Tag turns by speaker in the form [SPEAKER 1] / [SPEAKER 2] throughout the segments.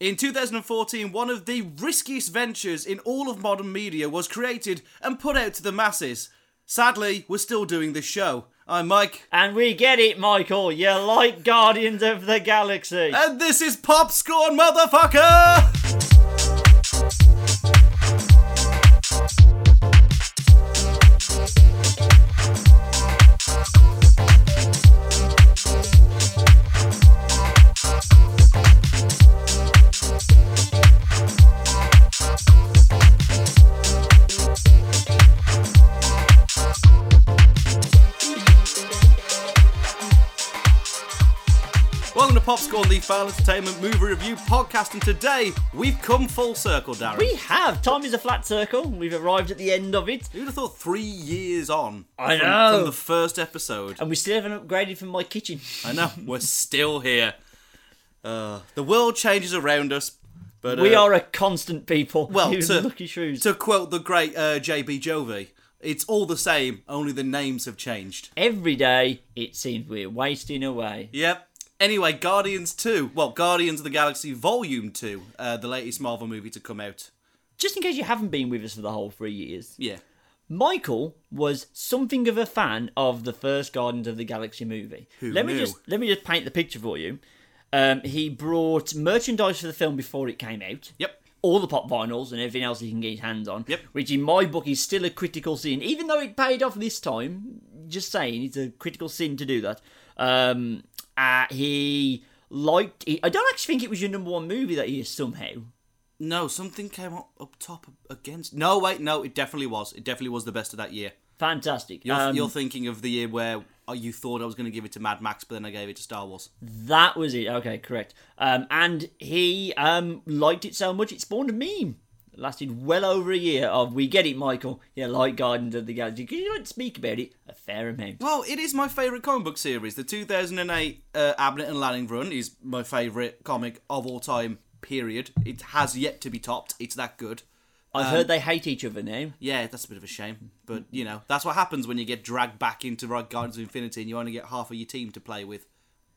[SPEAKER 1] In 2014, one of the riskiest ventures in all of modern media was created and put out to the masses. Sadly, we're still doing this show. I'm Mike,
[SPEAKER 2] And we get it, Michael. You like Guardians of the Galaxy.
[SPEAKER 1] and this is Popscorn Motherfucker! Welcome to Popscorn, the Fail Entertainment Movie Review Podcast, and today we've come full circle, Darren.
[SPEAKER 2] we have. Time is a flat circle. We've arrived at the end of it.
[SPEAKER 1] Who'd have thought three years on?
[SPEAKER 2] I
[SPEAKER 1] from-
[SPEAKER 2] know.
[SPEAKER 1] From the first episode.
[SPEAKER 2] And we still haven't upgraded from my kitchen.
[SPEAKER 1] I know, we're still here. Uh, the world changes around us, but.
[SPEAKER 2] we
[SPEAKER 1] uh,
[SPEAKER 2] are a constant people.
[SPEAKER 1] Well,
[SPEAKER 2] You
[SPEAKER 1] to-
[SPEAKER 2] lucky shrews.
[SPEAKER 1] To quote the great uh, JB Jovi, it's all the same, only the names have changed.
[SPEAKER 2] Every day, it seems we're wasting away.
[SPEAKER 1] Yep. Anyway, Guardians 2. Well, Guardians of the Galaxy Volume 2, uh, the latest Marvel movie to come out.
[SPEAKER 2] Just in case you haven't been with us for the whole three years,
[SPEAKER 1] Yeah.
[SPEAKER 2] Michael was something of a fan of the first Guardians of the Galaxy movie.
[SPEAKER 1] Who
[SPEAKER 2] let
[SPEAKER 1] knew?
[SPEAKER 2] me just let me just paint the picture for you. Um, he brought merchandise for the film before it came out.
[SPEAKER 1] Yep.
[SPEAKER 2] all the pop vinyls and everything else he can get his hands on.
[SPEAKER 1] Yep.
[SPEAKER 2] Which in my book is still a critical sin, even though it paid off this time. Just saying, it's a critical sin to do that. Um, uh, he liked. He, I don't actually think it was your number one movie that year somehow.
[SPEAKER 1] No, something came up, up top against. No, wait, no, it definitely was. It definitely was the best of that year.
[SPEAKER 2] Fantastic.
[SPEAKER 1] You're,
[SPEAKER 2] Um,
[SPEAKER 1] you're thinking of the year where oh, you thought I was going to give it to Mad Max, but then I gave it to Star Wars.
[SPEAKER 2] That was it. Okay, correct. Um, and he um, liked it so much it spawned a meme. It lasted well over a year of we get it, Michael. Yeah, like Guardians of the Galaxy because you don't speak about it a fair amount.
[SPEAKER 1] Well, it is my favourite comic book series. The 2008 uh, Abnett and Lanning run is my favourite comic of all time, period. It has yet to be topped. It's that good.
[SPEAKER 2] I've
[SPEAKER 1] Um,
[SPEAKER 2] heard they hate each other now.
[SPEAKER 1] Yeah, that's a bit of a shame. But, you know, that's what happens when you get dragged back into Red Guardians of Infinity and you only get half of your team to play with.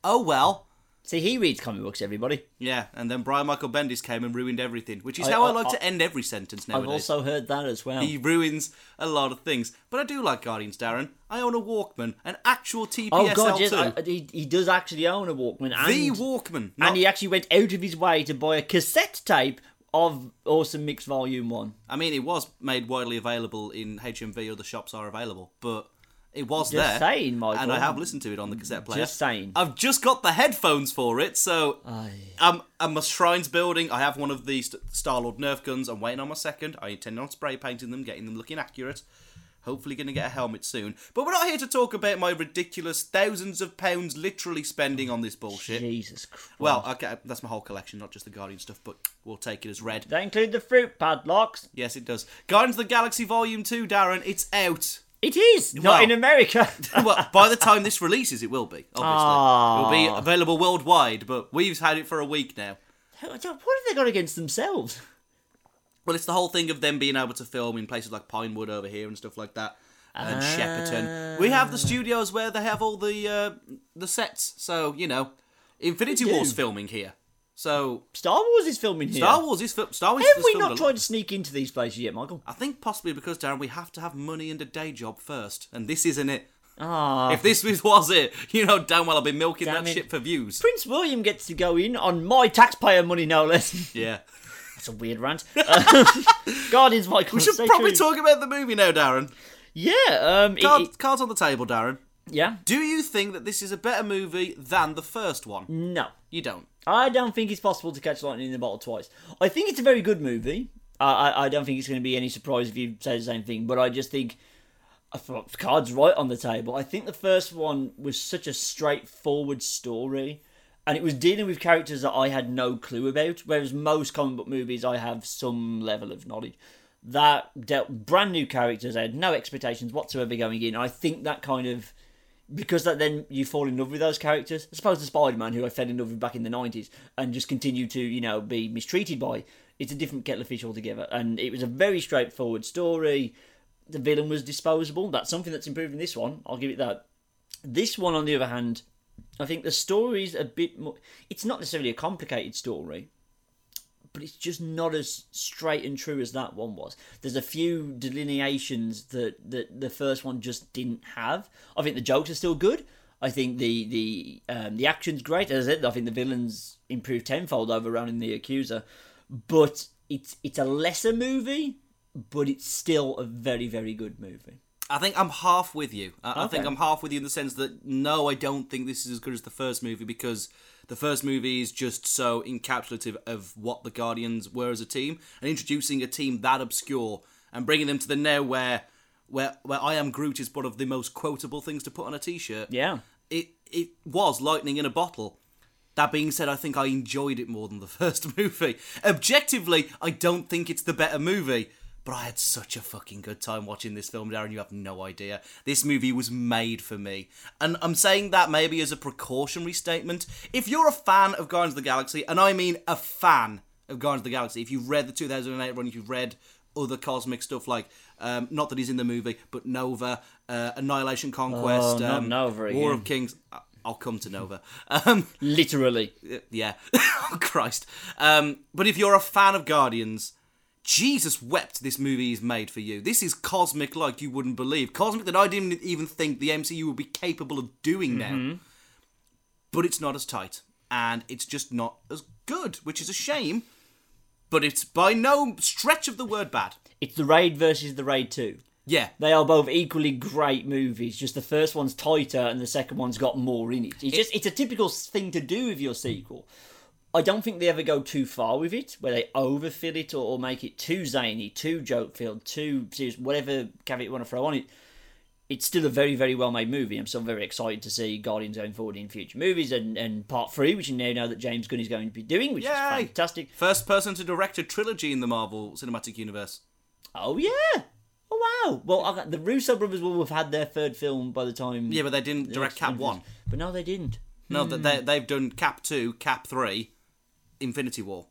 [SPEAKER 1] Oh, well.
[SPEAKER 2] See, he reads comic books, everybody.
[SPEAKER 1] Yeah, and then Brian Michael Bendis came and ruined everything, which is how I,
[SPEAKER 2] I-
[SPEAKER 1] like
[SPEAKER 2] I-
[SPEAKER 1] to end every sentence nowadays.
[SPEAKER 2] I've also heard that as well.
[SPEAKER 1] He ruins a lot of things. But I do like Guardians, Darren. I own a Walkman, an actual TPSL2.
[SPEAKER 2] oh god, yes, I, he, he does actually own a Walkman, and,
[SPEAKER 1] the Walkman. Not,
[SPEAKER 2] and he actually went out of his way to buy a cassette tape of Awesome Mix Volume One.
[SPEAKER 1] I mean, it was made widely available in HMV. Other shops are available, but it was there.
[SPEAKER 2] Just saying, Michael.
[SPEAKER 1] And I have listened to it on the cassette player.
[SPEAKER 2] Just saying.
[SPEAKER 1] I've just got the headphones for it, so I'm I'm a shrines building. I have one of the St- Star Lord Nerf guns. I'm waiting on my second. I intend on spray painting them, getting them looking accurate. Hopefully, going to get a helmet soon. But we're not here to talk about my ridiculous thousands of pounds literally spending on this bullshit.
[SPEAKER 2] Jesus Christ!
[SPEAKER 1] Well, okay, that's my whole collection, not just the Guardian stuff, but we'll take it as read.
[SPEAKER 2] they include the fruit padlocks.
[SPEAKER 1] Yes, it does. Guardians of the Galaxy Volume 2, Darren, it's out.
[SPEAKER 2] It is not
[SPEAKER 1] Well-
[SPEAKER 2] in America.
[SPEAKER 1] Well, by the time this releases, it will be, obviously. It'll be
[SPEAKER 2] Aw.
[SPEAKER 1] available worldwide, but we've had it for a week now.
[SPEAKER 2] what have they got against themselves?
[SPEAKER 1] Well, it's the whole thing of them being able to film in places like Pinewood over here and stuff like that,
[SPEAKER 2] Ah.
[SPEAKER 1] and Shepperton. We have the studios where they have all the uh, the sets, so, you know, Infinity
[SPEAKER 2] do.
[SPEAKER 1] War's filming here. So,
[SPEAKER 2] Star Wars is filming here.
[SPEAKER 1] Star Wars is fil- Star Wars
[SPEAKER 2] Have
[SPEAKER 1] is
[SPEAKER 2] we
[SPEAKER 1] filmed
[SPEAKER 2] not
[SPEAKER 1] a lot.
[SPEAKER 2] tried to sneak into these places yet, Michael?
[SPEAKER 1] I think possibly because, Darren, we have to have money and a day job first, and this isn't it.
[SPEAKER 2] Ah,
[SPEAKER 1] If this was, was it, you know damn well I've been milking
[SPEAKER 2] Damn
[SPEAKER 1] that
[SPEAKER 2] it.
[SPEAKER 1] shit for views.
[SPEAKER 2] Prince William gets to go in on my taxpayer money, no less.
[SPEAKER 1] Yeah.
[SPEAKER 2] That's a weird rant. Uh, Guardians, Michael.
[SPEAKER 1] We should
[SPEAKER 2] stay
[SPEAKER 1] probably
[SPEAKER 2] true.
[SPEAKER 1] talk about the movie now, Darren.
[SPEAKER 2] Yeah, um, it-
[SPEAKER 1] Cards,
[SPEAKER 2] it-
[SPEAKER 1] cards on the table, Darren.
[SPEAKER 2] yeah,
[SPEAKER 1] Do you think that this is a better movie than the first one?
[SPEAKER 2] no,
[SPEAKER 1] You don't.
[SPEAKER 2] I don't think it's possible to catch lightning in a bottle twice. I think it's a very good movie. I, I, I don't think it's going to be any surprise if you say the same thing, but I just think I thought the cards right on the table. I think the first one was such a straightforward story, and it was dealing with characters that I had no clue about. Whereas most comic book movies, I have some level of knowledge. That dealt brand new characters. I had no expectations whatsoever going in. I think that kind of because that then you fall in love with those characters. I suppose the Spider Man, who I fell in love with back in the nineties, and just continue to you know be mistreated by. It's a different kettle of fish altogether, and it was a very straightforward story. The villain was disposable. That's something that's improved in this one. I'll give it that. This one, on the other hand, I think the story's a bit more. It's not necessarily a complicated story, but it's just not as straight and true as that one was. There's a few delineations that, that the first one just didn't have. I think the jokes are still good. I think the the um, the action's great. As I said, I think the villains improved tenfold over running the accuser, but it's it's a lesser movie, but it's still a very very good movie.
[SPEAKER 1] I think I'm half with you. I, I think
[SPEAKER 2] Okay.
[SPEAKER 1] I'm half with you in the sense that no, I don't think this is as good as the first movie because the first movie is just so encapsulative of what the Guardians were as a team, and introducing a team that obscure and bringing them to the now where where where I am Groot is one of the most quotable things to put on a T-shirt.
[SPEAKER 2] Yeah.
[SPEAKER 1] it it was lightning in a bottle. That being said, I think I enjoyed it more than the first movie. Objectively, I don't think it's the better movie, but I had such a fucking good time watching this film, Darren. You have no idea. This movie was made for me. And I'm saying that maybe as a precautionary statement. If you're a fan of Guardians of the Galaxy, and I mean a fan of Guardians of the Galaxy, if you've read the 2008 run, if you've read other cosmic stuff like, um, not that he's in the movie, but Nova, uh, Annihilation Conquest,
[SPEAKER 2] Oh, not
[SPEAKER 1] um,
[SPEAKER 2] Nova
[SPEAKER 1] War
[SPEAKER 2] again.
[SPEAKER 1] of Kings. I- I'll come to Nova. Um,
[SPEAKER 2] Literally.
[SPEAKER 1] yeah. oh, Christ. Um, but if you're a fan of Guardians, Jesus wept this movie is made for you. This is cosmic like you wouldn't believe. Cosmic that I didn't even think the MCU would be capable of doing now. But it's not as tight. And it's just not as good, which is a shame. But it's by no stretch of the word bad.
[SPEAKER 2] It's the Raid versus the Raid 2.
[SPEAKER 1] Yeah.
[SPEAKER 2] They are both equally great movies. Just the first one's tighter and the second one's got more in it. It's just it's a typical thing to do with your sequel. I don't think they ever go too far with it, where they overfill it or, or make it too zany, too joke filled, too serious, whatever caveat you want to throw on it. It's still a very, very well made movie. I'm still very excited to see Guardians going forward in future movies and, and part three, which you now know that James Gunn is going to be doing, which is
[SPEAKER 1] Yay!
[SPEAKER 2] fantastic.
[SPEAKER 1] First person to direct a trilogy in the Marvel Cinematic Universe.
[SPEAKER 2] Oh, yeah! Oh, wow! Well, I- the Russo brothers will have had their third film by the time.
[SPEAKER 1] Yeah, but they didn't direct Cap 1.
[SPEAKER 2] But no, they didn't.
[SPEAKER 1] No, that
[SPEAKER 2] Hmm.
[SPEAKER 1] they they've done Cap two, Cap three, Infinity War.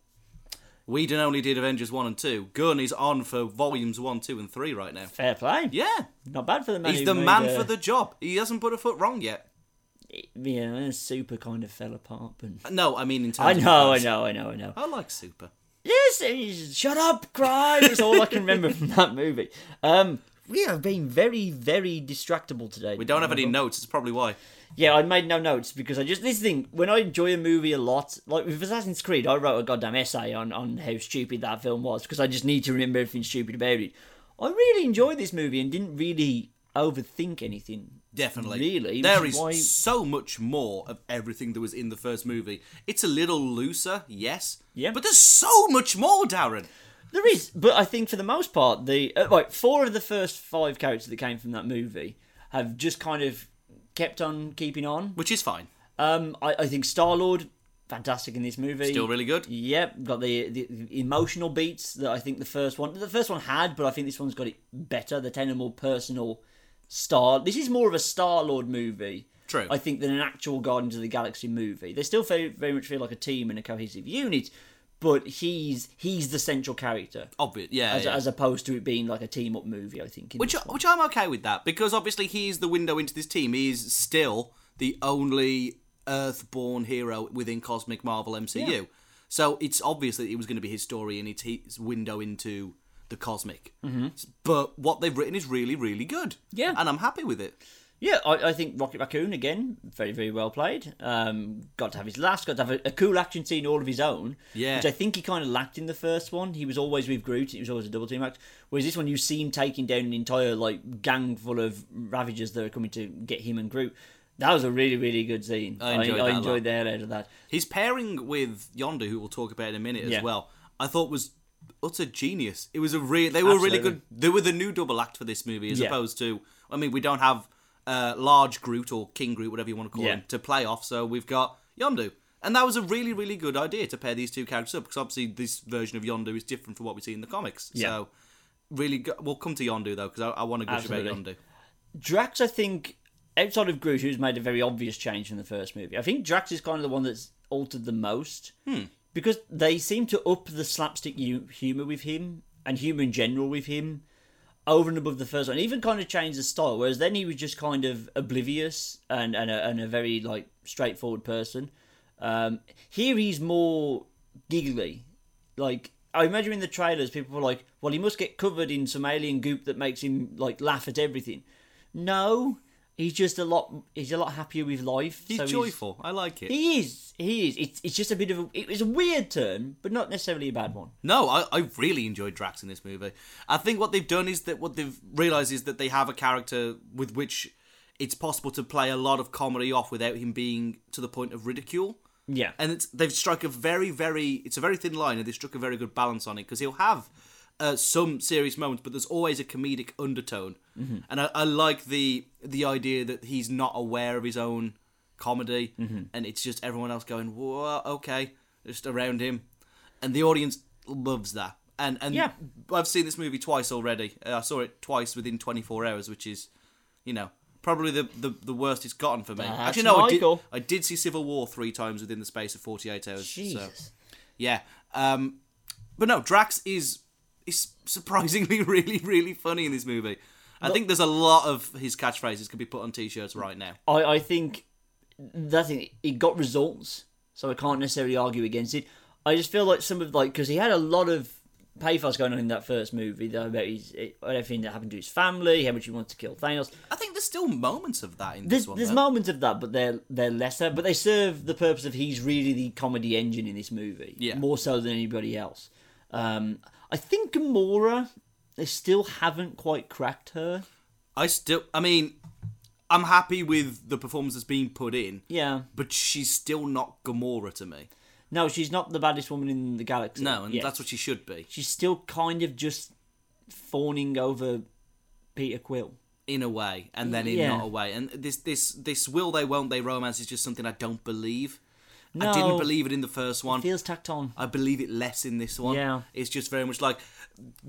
[SPEAKER 1] We done only did Avengers one and two. Gunn is on for volumes one, two, and three right now.
[SPEAKER 2] Fair play.
[SPEAKER 1] Yeah,
[SPEAKER 2] Not bad for the man.
[SPEAKER 1] he's
[SPEAKER 2] who
[SPEAKER 1] the
[SPEAKER 2] made,
[SPEAKER 1] man
[SPEAKER 2] uh,
[SPEAKER 1] for the job. He hasn't put a foot wrong yet.
[SPEAKER 2] Yeah, Super kind of fell apart. But...
[SPEAKER 1] No, I mean in terms.
[SPEAKER 2] I
[SPEAKER 1] of
[SPEAKER 2] know, I
[SPEAKER 1] regards.
[SPEAKER 2] know, I know, I know.
[SPEAKER 1] I like Super.
[SPEAKER 2] Yes, it's- shut up, crime. It's all I can remember from that movie. Um, we have been very, very distractible today.
[SPEAKER 1] We don't have any notes. It's probably why.
[SPEAKER 2] Yeah, I made no notes because I just this thing when I enjoy a movie a lot, like with Assassin's Creed, I wrote a goddamn essay on on how stupid that film was because I just need to remember everything stupid about it. I really enjoyed this movie and didn't really overthink anything.
[SPEAKER 1] Definitely.
[SPEAKER 2] Really?
[SPEAKER 1] There
[SPEAKER 2] Which
[SPEAKER 1] is
[SPEAKER 2] is why-
[SPEAKER 1] so much more of everything that was in the first movie. It's a little looser, yes.
[SPEAKER 2] Yeah.
[SPEAKER 1] But there's so much more, Darren.
[SPEAKER 2] There is, but I think for the most part, the uh, like four of the first five characters that came from that movie have just kind of kept on keeping on.
[SPEAKER 1] Which is fine.
[SPEAKER 2] Um, I, I think Star Lord, fantastic in this movie.
[SPEAKER 1] Still really good.
[SPEAKER 2] Yep, got the, the the emotional beats that I think the first one the first one had, but I think this one's got it better. The ten more personal star. This is more of a Star Lord movie.
[SPEAKER 1] True.
[SPEAKER 2] I think than an actual Guardians of the Galaxy movie. They still very, very much feel like a team and a cohesive unit, but he's he's the central character
[SPEAKER 1] Obvious. Yeah.
[SPEAKER 2] as,
[SPEAKER 1] yeah.
[SPEAKER 2] as opposed to it being like a team up movie. I think. in
[SPEAKER 1] which
[SPEAKER 2] this one.
[SPEAKER 1] which I'm okay with that because obviously he is the window into this team. He is still the only Earthborn hero within Cosmic Marvel MCU. So it's obvious that it was going to be his story and it's his window into the cosmic. Mm-hmm. But what they've written is really, really good.
[SPEAKER 2] Yeah.
[SPEAKER 1] and I'm happy with it.
[SPEAKER 2] Yeah, I, I think Rocket Raccoon again, very very well played. Um, got to have his laughs, got to have a, a cool action scene all of his own.
[SPEAKER 1] Yeah.
[SPEAKER 2] which I think he kind of lacked in the first one. He was always with Groot. He was always a double team act. Whereas this one, you see him taking down an entire like gang full of Ravagers that are coming to get him and Groot. That was a really really good scene.
[SPEAKER 1] I enjoyed
[SPEAKER 2] I,
[SPEAKER 1] that a lot.
[SPEAKER 2] enjoyed the hell out of that.
[SPEAKER 1] His pairing with Yondu, who we'll talk about in a minute
[SPEAKER 2] Yeah.
[SPEAKER 1] as well, I thought was utter genius. It was a real. They were really
[SPEAKER 2] Absolutely.
[SPEAKER 1] good. They were the new double act for this movie, as
[SPEAKER 2] Yeah.
[SPEAKER 1] opposed to. I mean, we don't have uh, large Groot or King Groot, whatever you want to call
[SPEAKER 2] Yeah.
[SPEAKER 1] him, to play off. So we've got Yondu, and that was a really, really good idea to pair these two characters up because obviously this version of Yondu is different from what we see in the comics.
[SPEAKER 2] Yeah.
[SPEAKER 1] So really, go- we'll come to Yondu though because I, I want to gush about
[SPEAKER 2] Absolutely.
[SPEAKER 1] Yondu.
[SPEAKER 2] Drax, I think, outside of Groot, who's made a very obvious change from the first movie, I think Drax is kind of the one that's altered the most. Because they seem to up the slapstick hu- humour with him, and humour in general with him, over and above the first one. Even kind of changed the style, whereas then he was just kind of oblivious and, and, a, and a very, like, straightforward person. Um, here he's more giggly like I imagine in the trailers people were like, "Well, he must get covered in some alien goop that makes him like laugh at everything." No, he's just a lot. He's a lot happier with life.
[SPEAKER 1] He's
[SPEAKER 2] so
[SPEAKER 1] joyful. I like it.
[SPEAKER 2] he is. He is. It's, it's just a bit of a. It was a weird turn, but not necessarily a bad one.
[SPEAKER 1] No, I, I really enjoyed Drax in this movie. I think what they've done is that what they've realised is that they have a character with which it's possible to play a lot of comedy off without him being to the point of ridicule.
[SPEAKER 2] Yeah.
[SPEAKER 1] And it's, they've struck a very, very, it's a very thin line and they struck a very good balance on it because he'll have uh, some serious moments, but there's always a comedic undertone.
[SPEAKER 2] Mm-hmm.
[SPEAKER 1] And I, I like the the idea that he's not aware of his own comedy
[SPEAKER 2] Mm-hmm.
[SPEAKER 1] and it's just everyone else going, whoa, okay, just around him and the audience loves that. And and
[SPEAKER 2] Yeah.
[SPEAKER 1] I've seen this movie twice already. Uh, I saw it twice within 24 hours, which is, you know, probably the the, the worst it's gotten for me.
[SPEAKER 2] That's
[SPEAKER 1] Actually, no,
[SPEAKER 2] Michael.
[SPEAKER 1] I did I did see Civil War three times within the space of 48 hours. So,
[SPEAKER 2] Jesus.
[SPEAKER 1] yeah, um, but no, Drax is is surprisingly really really funny in this movie. I think there's a lot of his catchphrases could be put on t-shirts right now.
[SPEAKER 2] I, I think that thing it got results, so I can't necessarily argue against it. I just feel like some of like because he had a lot of pathos going on in that first movie though about his eh, everything that happened to his family, how much he wanted to kill Thanos.
[SPEAKER 1] I think there's still moments of that in
[SPEAKER 2] There's,
[SPEAKER 1] this one.
[SPEAKER 2] there's
[SPEAKER 1] though.
[SPEAKER 2] moments of that, but they're they're lesser. But they serve the purpose of he's really the comedy engine in this movie,
[SPEAKER 1] Yeah.
[SPEAKER 2] more so than anybody else. Um, I think Gamora, they still haven't quite cracked her.
[SPEAKER 1] I still, I mean, I'm happy with the performance that's being put in.
[SPEAKER 2] Yeah,
[SPEAKER 1] but she's still not Gamora to me.
[SPEAKER 2] no, she's not the baddest woman in the galaxy.
[SPEAKER 1] No, and
[SPEAKER 2] yet.
[SPEAKER 1] that's what she should be
[SPEAKER 2] she's still kind of just fawning over Peter Quill.
[SPEAKER 1] in a way, and then in
[SPEAKER 2] Yeah.
[SPEAKER 1] not a way. And this this this will they won't they romance is just something I don't believe.
[SPEAKER 2] No,
[SPEAKER 1] I didn't believe it in the first one.
[SPEAKER 2] feels tacked on.
[SPEAKER 1] I believe it less in this one.
[SPEAKER 2] Yeah.
[SPEAKER 1] it's just very much like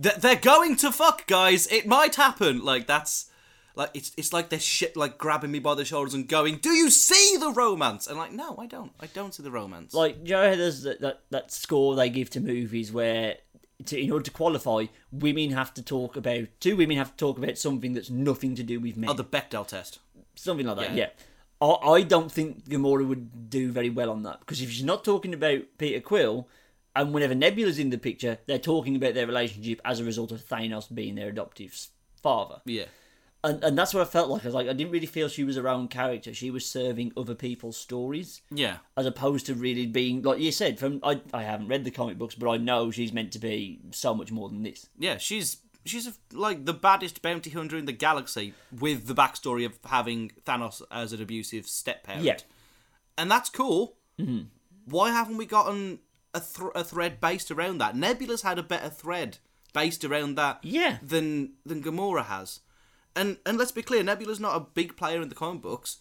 [SPEAKER 1] "Th- they're going to fuck, guys. It might happen. Like that's. Like it's it's like they're shit like grabbing me by the shoulders and going, "Do you see the romance?" And like, no, I don't. I don't see the romance.
[SPEAKER 2] Like you know, how there's that, that that score they give to movies where, to, in order to qualify, women have to talk about two women have to talk about something that's nothing to do with men,
[SPEAKER 1] oh, the Bechdel test.
[SPEAKER 2] something like that.
[SPEAKER 1] Yeah.
[SPEAKER 2] Yeah. I, I don't think Gamora would do very well on that because if she's not talking about Peter Quill, and whenever Nebula's in the picture, they're talking about their relationship as a result of Thanos being their adoptive father.
[SPEAKER 1] Yeah.
[SPEAKER 2] and and that's what I felt like. I was like, I didn't really feel she was her own character. She was serving other people's stories,
[SPEAKER 1] Yeah.
[SPEAKER 2] as opposed to really being like you said. From I, I haven't read the comic books, but I know she's meant to be so much more than this.
[SPEAKER 1] Yeah, she's she's like the baddest bounty hunter in the galaxy with the backstory of having Thanos as an abusive step parent.
[SPEAKER 2] Yeah,
[SPEAKER 1] and that's cool.
[SPEAKER 2] Mm-hmm.
[SPEAKER 1] Why haven't we gotten a, thr a thread based around that? Nebula's had a better thread based around that
[SPEAKER 2] yeah,
[SPEAKER 1] than than Gamora has. And and let's be clear, Nebula's not a big player in the comic books,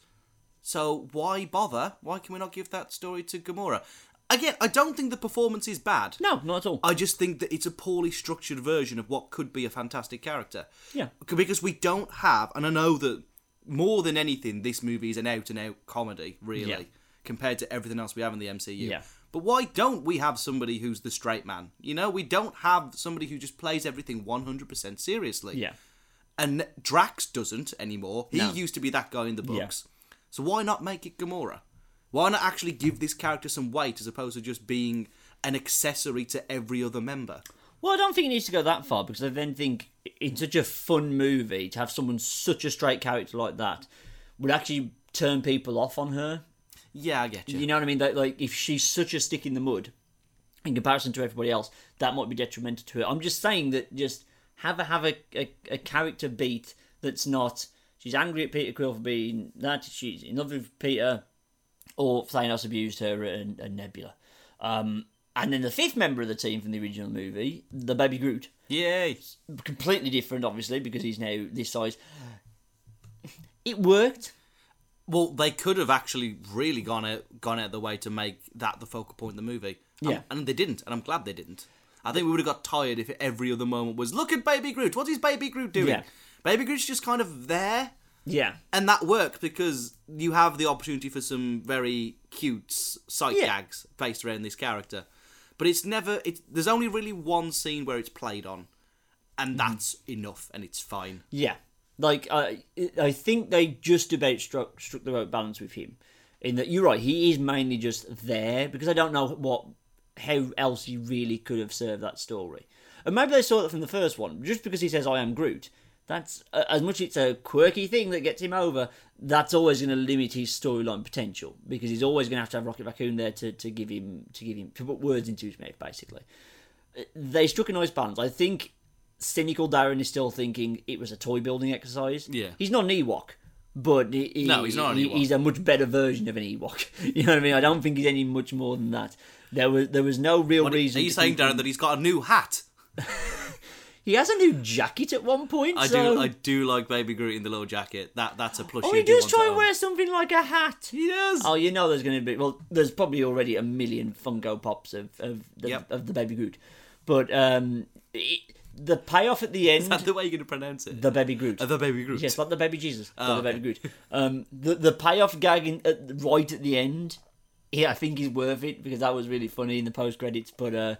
[SPEAKER 1] so why bother? Why can we not give that story to Gamora? Again, I don't think the performance is bad.
[SPEAKER 2] no, not at all.
[SPEAKER 1] I just think that it's a poorly structured version of what could be a fantastic character.
[SPEAKER 2] Yeah.
[SPEAKER 1] C- Because we don't have, and I know that more than anything, this movie is an out and out comedy, really,
[SPEAKER 2] Yeah.
[SPEAKER 1] compared to everything else we have in the MCU.
[SPEAKER 2] Yeah.
[SPEAKER 1] But why don't we have somebody who's the straight man? You know, we don't have somebody who just plays everything 100% seriously.
[SPEAKER 2] yeah,
[SPEAKER 1] And Drax doesn't anymore. He
[SPEAKER 2] No.
[SPEAKER 1] used to be that guy in the books. So why not make it Gamora? Why not actually give this character some weight as opposed to just being an accessory to every other member?
[SPEAKER 2] well, I don't think it needs to go that far because I then think in such a fun movie to have someone such a straight character like that would actually turn people off on her
[SPEAKER 1] Yeah, I get you.
[SPEAKER 2] You know what I mean? Like, like if she's such a stick in the mud in comparison to everybody else, that might be detrimental to her. I'm just saying that just have a have a, a, a character beat that's not she's angry at Peter Quill for being that she's in love with Peter or Thanos abused her and, and Nebula. Um, and then the fifth member of the team from the original movie, the baby Groot,
[SPEAKER 1] Yay.
[SPEAKER 2] completely different, obviously, because he's now this size. It worked.
[SPEAKER 1] Well, they could have actually really gone out gone out the way to make that the focal point of the movie. Um,
[SPEAKER 2] Yeah.
[SPEAKER 1] and they didn't, and I'm glad they didn't. I think we would have got tired if every other moment was look at Baby Groot. What is Baby Groot doing?
[SPEAKER 2] Yeah.
[SPEAKER 1] Baby Groot's just kind of there.
[SPEAKER 2] Yeah.
[SPEAKER 1] and that worked because you have the opportunity for some very cute s- sight
[SPEAKER 2] Yeah.
[SPEAKER 1] gags based around this character but it's never it, there's only really one scene where it's played on and
[SPEAKER 2] Mm-hmm.
[SPEAKER 1] that's enough and it's fine
[SPEAKER 2] Yeah, like I, I think they just about struck struck the right balance with him. In that you're right, he is mainly just there because I don't know what how else you really could have served that story. And maybe they saw that from the first one, just because he says, I am Groot. That's uh, as much it's a quirky thing that gets him over. That's always going to limit his storyline potential because he's always going to have to have Rocket Raccoon there to, to give him to give him to put words into his mouth. Basically, Uh, they struck a nice balance. I think cynical Darren is still thinking it was a toy building exercise.
[SPEAKER 1] Yeah.
[SPEAKER 2] he's not an Ewok, but he, he-
[SPEAKER 1] No, he's not an
[SPEAKER 2] he-
[SPEAKER 1] Ewok.
[SPEAKER 2] He's a much better version of an Ewok. you know what I mean? I don't think he's any much more than that. There was there was no real
[SPEAKER 1] But
[SPEAKER 2] reason.
[SPEAKER 1] Are you
[SPEAKER 2] to
[SPEAKER 1] saying,
[SPEAKER 2] think-
[SPEAKER 1] Darren, that he's got a new hat?
[SPEAKER 2] he has a new jacket at one point?
[SPEAKER 1] I
[SPEAKER 2] so-
[SPEAKER 1] do. I do like Baby Groot in the little jacket. That that's a plushie.
[SPEAKER 2] Oh,
[SPEAKER 1] I
[SPEAKER 2] he
[SPEAKER 1] do
[SPEAKER 2] does
[SPEAKER 1] want
[SPEAKER 2] try
[SPEAKER 1] to
[SPEAKER 2] and
[SPEAKER 1] own.
[SPEAKER 2] wear something like a hat.
[SPEAKER 1] He does.
[SPEAKER 2] Oh, you know there's going to be well, there's probably already a million Funko Pops of of the,
[SPEAKER 1] Yep.
[SPEAKER 2] of the Baby Groot, but um, it, the payoff at the end,
[SPEAKER 1] Is that the way you're going to pronounce it?
[SPEAKER 2] the Baby Groot,
[SPEAKER 1] Uh, the Baby Groot.
[SPEAKER 2] yes, not the Baby Jesus,
[SPEAKER 1] Oh,
[SPEAKER 2] but the
[SPEAKER 1] okay.
[SPEAKER 2] Baby Groot. Um, the the payoff gag in, at, right at the end, yeah, I think is worth it because that was really funny in the post credits, but. Uh,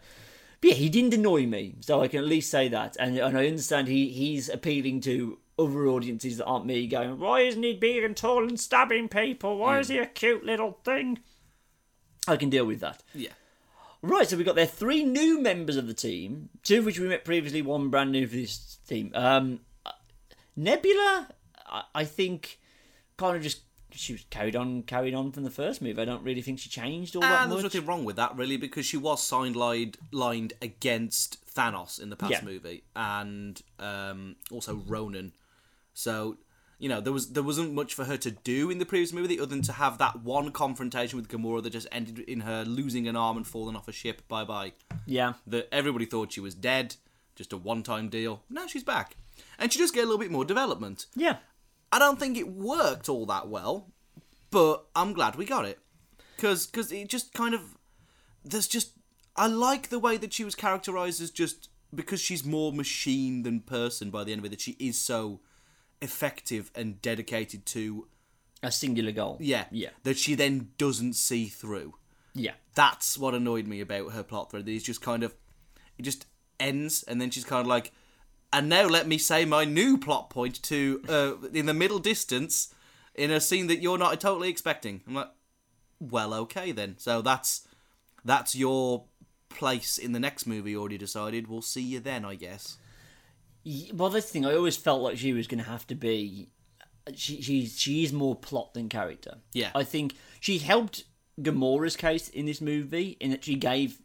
[SPEAKER 2] but yeah, he didn't annoy me, so I can at least say that. And, and I understand he, he's appealing to other audiences that aren't me, going, "Why isn't he big and tall and stabbing people?
[SPEAKER 1] Hmm.
[SPEAKER 2] Why is he a cute little thing?" I can deal with that.
[SPEAKER 1] Yeah.
[SPEAKER 2] Right, so we've got their three new members of the team, two of which we met previously, one brand new for this team. Um, uh, Nebula, I, I think, kind of just she was carried on, carried on from the first move. I don't really think she changed all that
[SPEAKER 1] And there's
[SPEAKER 2] much.
[SPEAKER 1] nothing wrong with that, really, because she was signed lined, lined against Thanos in the past
[SPEAKER 2] Yeah.
[SPEAKER 1] movie, and um, also Ronan. So you know there was there wasn't much for her to do in the previous movie other than to have that one confrontation with Gamora that just ended in her losing an arm and falling off a ship. Bye bye.
[SPEAKER 2] Yeah,
[SPEAKER 1] That everybody thought she was dead, just a one time deal. Now she's back, and she does get a little bit more development.
[SPEAKER 2] yeah.
[SPEAKER 1] I don't think it worked all that well, but I'm glad we got it because it just kind of there's just I like the way that she was characterized as just because she's more machine than person by the end of it that she is so effective and dedicated to
[SPEAKER 2] A singular goal.
[SPEAKER 1] yeah
[SPEAKER 2] yeah,
[SPEAKER 1] that she then doesn't see through.
[SPEAKER 2] yeah.
[SPEAKER 1] That's what annoyed me about her plot thread. that It's just kind of it just ends and then she's kind of like and now let me say my new plot point to uh, in the middle distance in a scene that you're not totally expecting. I'm like well okay then. So that's that's your place in the next movie already decided. We'll see you then, I guess.
[SPEAKER 2] Y- Well, that's the thing. I always felt like she was going to have to be. She she she is more plot than character.
[SPEAKER 1] Yeah.
[SPEAKER 2] I think she helped Gamora's case in this movie in that she gave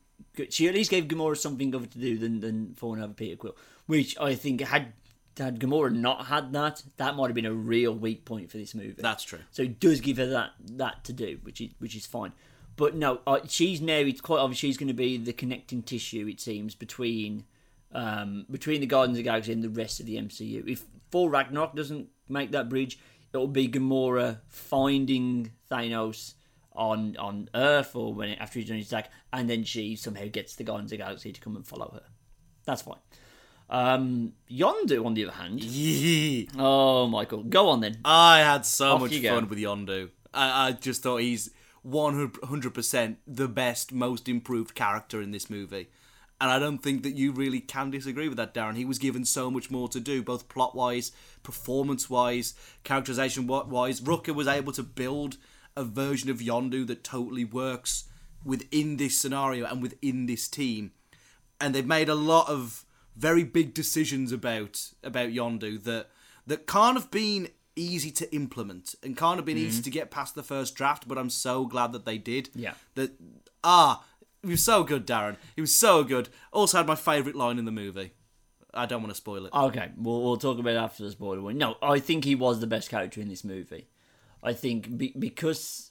[SPEAKER 2] she at least gave Gamora something other to do than than falling over Peter Quill, which I think had had Gamora not had that, that might have been a real weak point for this movie.
[SPEAKER 1] That's true.
[SPEAKER 2] So it does give her that that to do, which is which is fine. But no, uh, she's now it's quite obvious she's going to be the connecting tissue. It seems between um, between the Guardians of the Galaxy and the rest of the MCU. If Thor Ragnarok doesn't make that bridge, it'll be Gamora finding Thanos on on Earth or when after he's done his attack, and then she somehow gets the Guardians of the Galaxy to come and follow her. That's fine. Um, Yondu, on the other hand,
[SPEAKER 1] Yee.
[SPEAKER 2] oh Michael, go on then.
[SPEAKER 1] I had so
[SPEAKER 2] Off
[SPEAKER 1] much
[SPEAKER 2] you go.
[SPEAKER 1] fun with Yondu. I, I just thought he's 100% the best, most improved character in this movie. And I don't think that you really can disagree with that, Darren. He was given so much more to do, both plot wise, performance wise, characterization wise. Rucker was able to build a version of Yondu that totally works within this scenario and within this team and they've made a lot of very big decisions about about Yondu that that can't have been easy to implement and can't have been easy to get past the first draft. But I'm so glad that they did.
[SPEAKER 2] Yeah.
[SPEAKER 1] That ah, he was so good, Darren. He was so good. Also had my favourite line in the movie. I don't want to spoil it.
[SPEAKER 2] Okay, we'll, we'll talk about it after the spoiler one. No, I think he was the best character in this movie. I think be, because,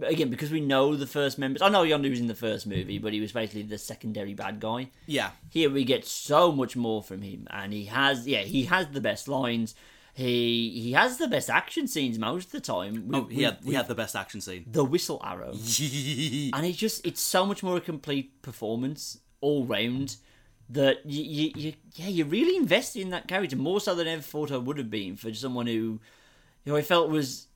[SPEAKER 2] again, because we know the first members. I know Yondu was in the first movie, but he was basically the secondary bad guy.
[SPEAKER 1] yeah.
[SPEAKER 2] Here we get so much more from him, and he has, yeah, he has the best lines. He he has the best action scenes most of the time. With,
[SPEAKER 1] Oh, he had, he had the best action scene.
[SPEAKER 2] the whistle arrow and it's just it's so much more a complete performance all round that you, you, you yeah you're really invested in that character more so than I ever thought I would have been for someone who who I felt was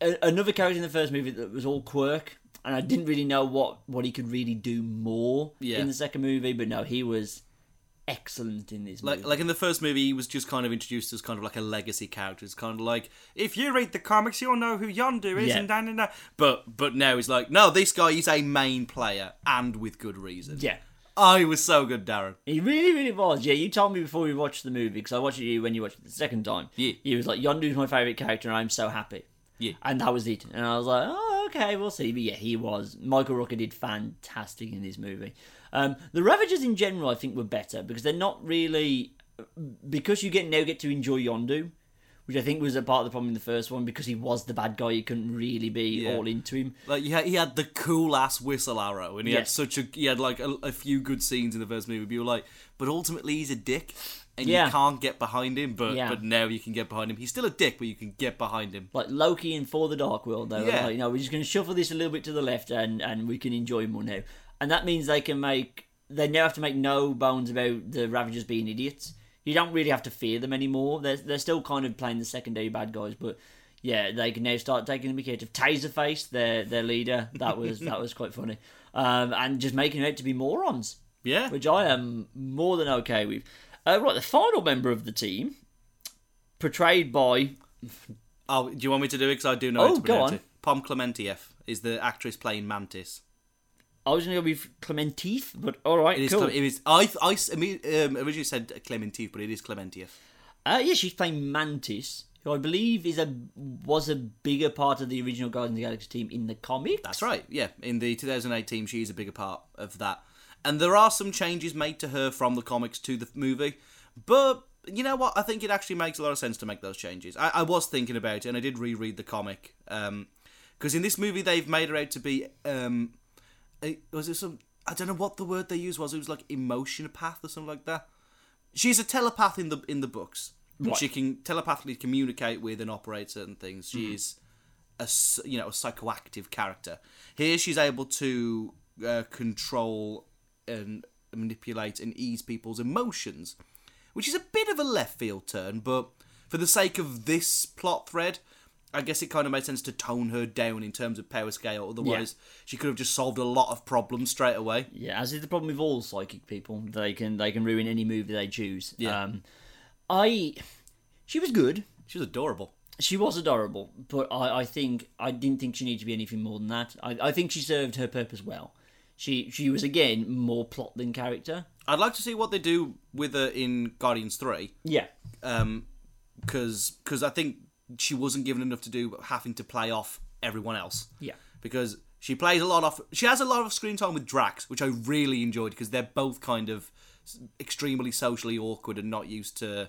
[SPEAKER 2] a, another character in the first movie that was all quirk and I didn't really know what what he could really do more
[SPEAKER 1] Yeah.
[SPEAKER 2] in the second movie but no he was excellent in this movie.
[SPEAKER 1] Like, like in the first movie, he was just kind of introduced as kind of like a legacy character. It's kind of like if you read the comics, you'll know who Yondu is,
[SPEAKER 2] Yeah.
[SPEAKER 1] and da, da, da. But but now he's like, no, this guy is a main player and with good reason.
[SPEAKER 2] yeah.
[SPEAKER 1] I was so good, Darren.
[SPEAKER 2] He really, really was. Yeah, you told me before we watched the movie because I watched it when you watched it the second time.
[SPEAKER 1] Yeah.
[SPEAKER 2] he was like, "Yondu's my favorite character, and I'm so happy."
[SPEAKER 1] Yeah.
[SPEAKER 2] and that was it. And I was like, "Oh, okay, we'll see." But yeah, he was. Michael Rooker did fantastic in this movie. Um, the Ravagers in general, I think, were better because they're not really because you get now get to enjoy Yondu, which I think was a part of the problem in the first one because he was the bad guy. You couldn't really be
[SPEAKER 1] Yeah.
[SPEAKER 2] all into him.
[SPEAKER 1] Like he had, he had the cool ass whistle arrow, and he
[SPEAKER 2] Yeah.
[SPEAKER 1] had such a he had like a, a few good scenes in the first movie. But you were like, but ultimately he's a dick, and
[SPEAKER 2] Yeah.
[SPEAKER 1] you can't get behind him. But
[SPEAKER 2] Yeah.
[SPEAKER 1] but now you can get behind him. He's still a dick, but you can get behind him.
[SPEAKER 2] like Loki and For the Dark World, they were
[SPEAKER 1] Yeah.
[SPEAKER 2] like, you know, we're just going to shuffle this a little bit to the left and, and we can enjoy more now. And that means they can make, they now have to make no bones about the Ravagers being idiots. You don't really have to fear them anymore. They're, they're still kind of playing the secondary bad guys, but yeah, they can now start taking the mickey out of Taserface, their their leader. That was that was quite funny, um, and just making it out to be morons
[SPEAKER 1] Yeah,
[SPEAKER 2] which I am more than okay with. Uh, right, the final member of the team, portrayed by
[SPEAKER 1] Oh, do you want me to do it? Because I do know
[SPEAKER 2] Oh,
[SPEAKER 1] how to
[SPEAKER 2] go
[SPEAKER 1] pronounce
[SPEAKER 2] on.
[SPEAKER 1] it. Pom Clementieff is the actress playing Mantis.
[SPEAKER 2] I was going to go with Clementif, but all right,
[SPEAKER 1] It is.
[SPEAKER 2] cool.
[SPEAKER 1] Cle- it is I, I s- I mean, um, originally said Clementieff, but it is Clementieff.
[SPEAKER 2] uh, yeah, she's playing Mantis, who I believe is a was a bigger part of the original Guardians of the Galaxy team in the comic.
[SPEAKER 1] That's right. Yeah, in the 2008 team, she is a bigger part of that. And there are some changes made to her from the comics to the movie, but you know what? I think it actually makes a lot of sense to make those changes. I, I was thinking about it, and I did reread the comic because in this movie they've made her out to be um, a- was it some I don't know what the word they used was. It was like emotion path or something like that. She's a telepath in the in the books.
[SPEAKER 2] Right.
[SPEAKER 1] She can telepathically communicate with and operate certain things. She is a s- you know a psychoactive character. Here she's able to uh, control and manipulate and ease people's emotions, which is a bit of a left field turn, but for the sake of this plot thread, I guess it kind of made sense to tone her down in terms of power scale. Otherwise, she could have just solved a lot of problems straight away.
[SPEAKER 2] Yeah, as is the problem with all psychic people, they can they can ruin any movie they choose. Yeah. Um, I, she was good.
[SPEAKER 1] She was adorable.
[SPEAKER 2] She was adorable, but I, I think I didn't think she needed to be anything more than that. I, I think she served her purpose well. She she was again more plot than character.
[SPEAKER 1] I'd like to see what they do with her in Guardians Three.
[SPEAKER 2] Yeah,
[SPEAKER 1] because because I think she wasn't given enough to do but having to play off everyone else.
[SPEAKER 2] Yeah.
[SPEAKER 1] Because she plays a lot off. She has a lot of screen time with Drax, which I really enjoyed because they're both kind of s- extremely socially awkward and not used to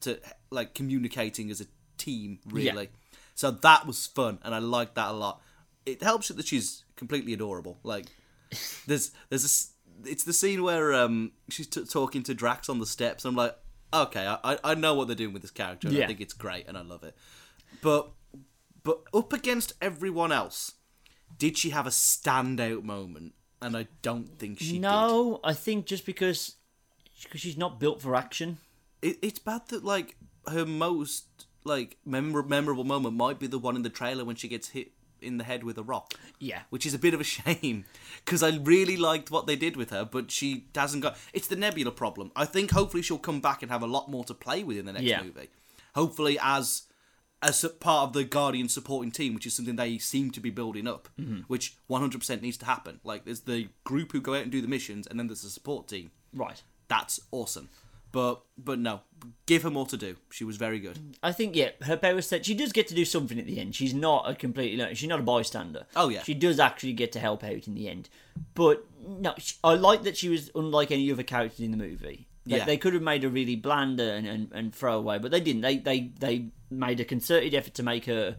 [SPEAKER 1] to like communicating as a team really. So that was fun and I liked that a lot. It helps that she's completely adorable. Like there's there's a s- it's the scene where um she's t- talking to Drax on the steps. And I'm like, okay, I I- I know what they're doing with this character. And
[SPEAKER 2] Yeah.
[SPEAKER 1] I think it's great, and I love it. But but up against everyone else, did she have a standout moment? And I don't think she
[SPEAKER 2] No, I think just because because she's not built for action.
[SPEAKER 1] did. It, it's bad that like her most like memor- memorable moment might be the one in the trailer when she gets hit in the head with a rock.
[SPEAKER 2] Yeah.
[SPEAKER 1] which is a bit of a shame because I really liked what they did with her, but she hasn't got. It's the Nebula problem. I think hopefully she'll come back and have a lot more to play with in the next
[SPEAKER 2] Yeah.
[SPEAKER 1] movie. Hopefully, as as a part of the Guardian supporting team, which is something they seem to be building up,
[SPEAKER 2] Mm-hmm.
[SPEAKER 1] which 100% needs to happen. Like there's the group who go out and do the missions, and then there's the support team.
[SPEAKER 2] Right.
[SPEAKER 1] That's awesome. But but no, give her more to do. She was very good.
[SPEAKER 2] I think yeah, her power set. She does get to do something at the end. She's not a completely. like, She's not a bystander.
[SPEAKER 1] Oh, yeah.
[SPEAKER 2] She does actually get to help out in the end. But no, she, I like that she was unlike any other character in the movie. They,
[SPEAKER 1] Yeah.
[SPEAKER 2] they could have made her really bland and, and, and throw away, but they didn't. They they they made a concerted effort to make her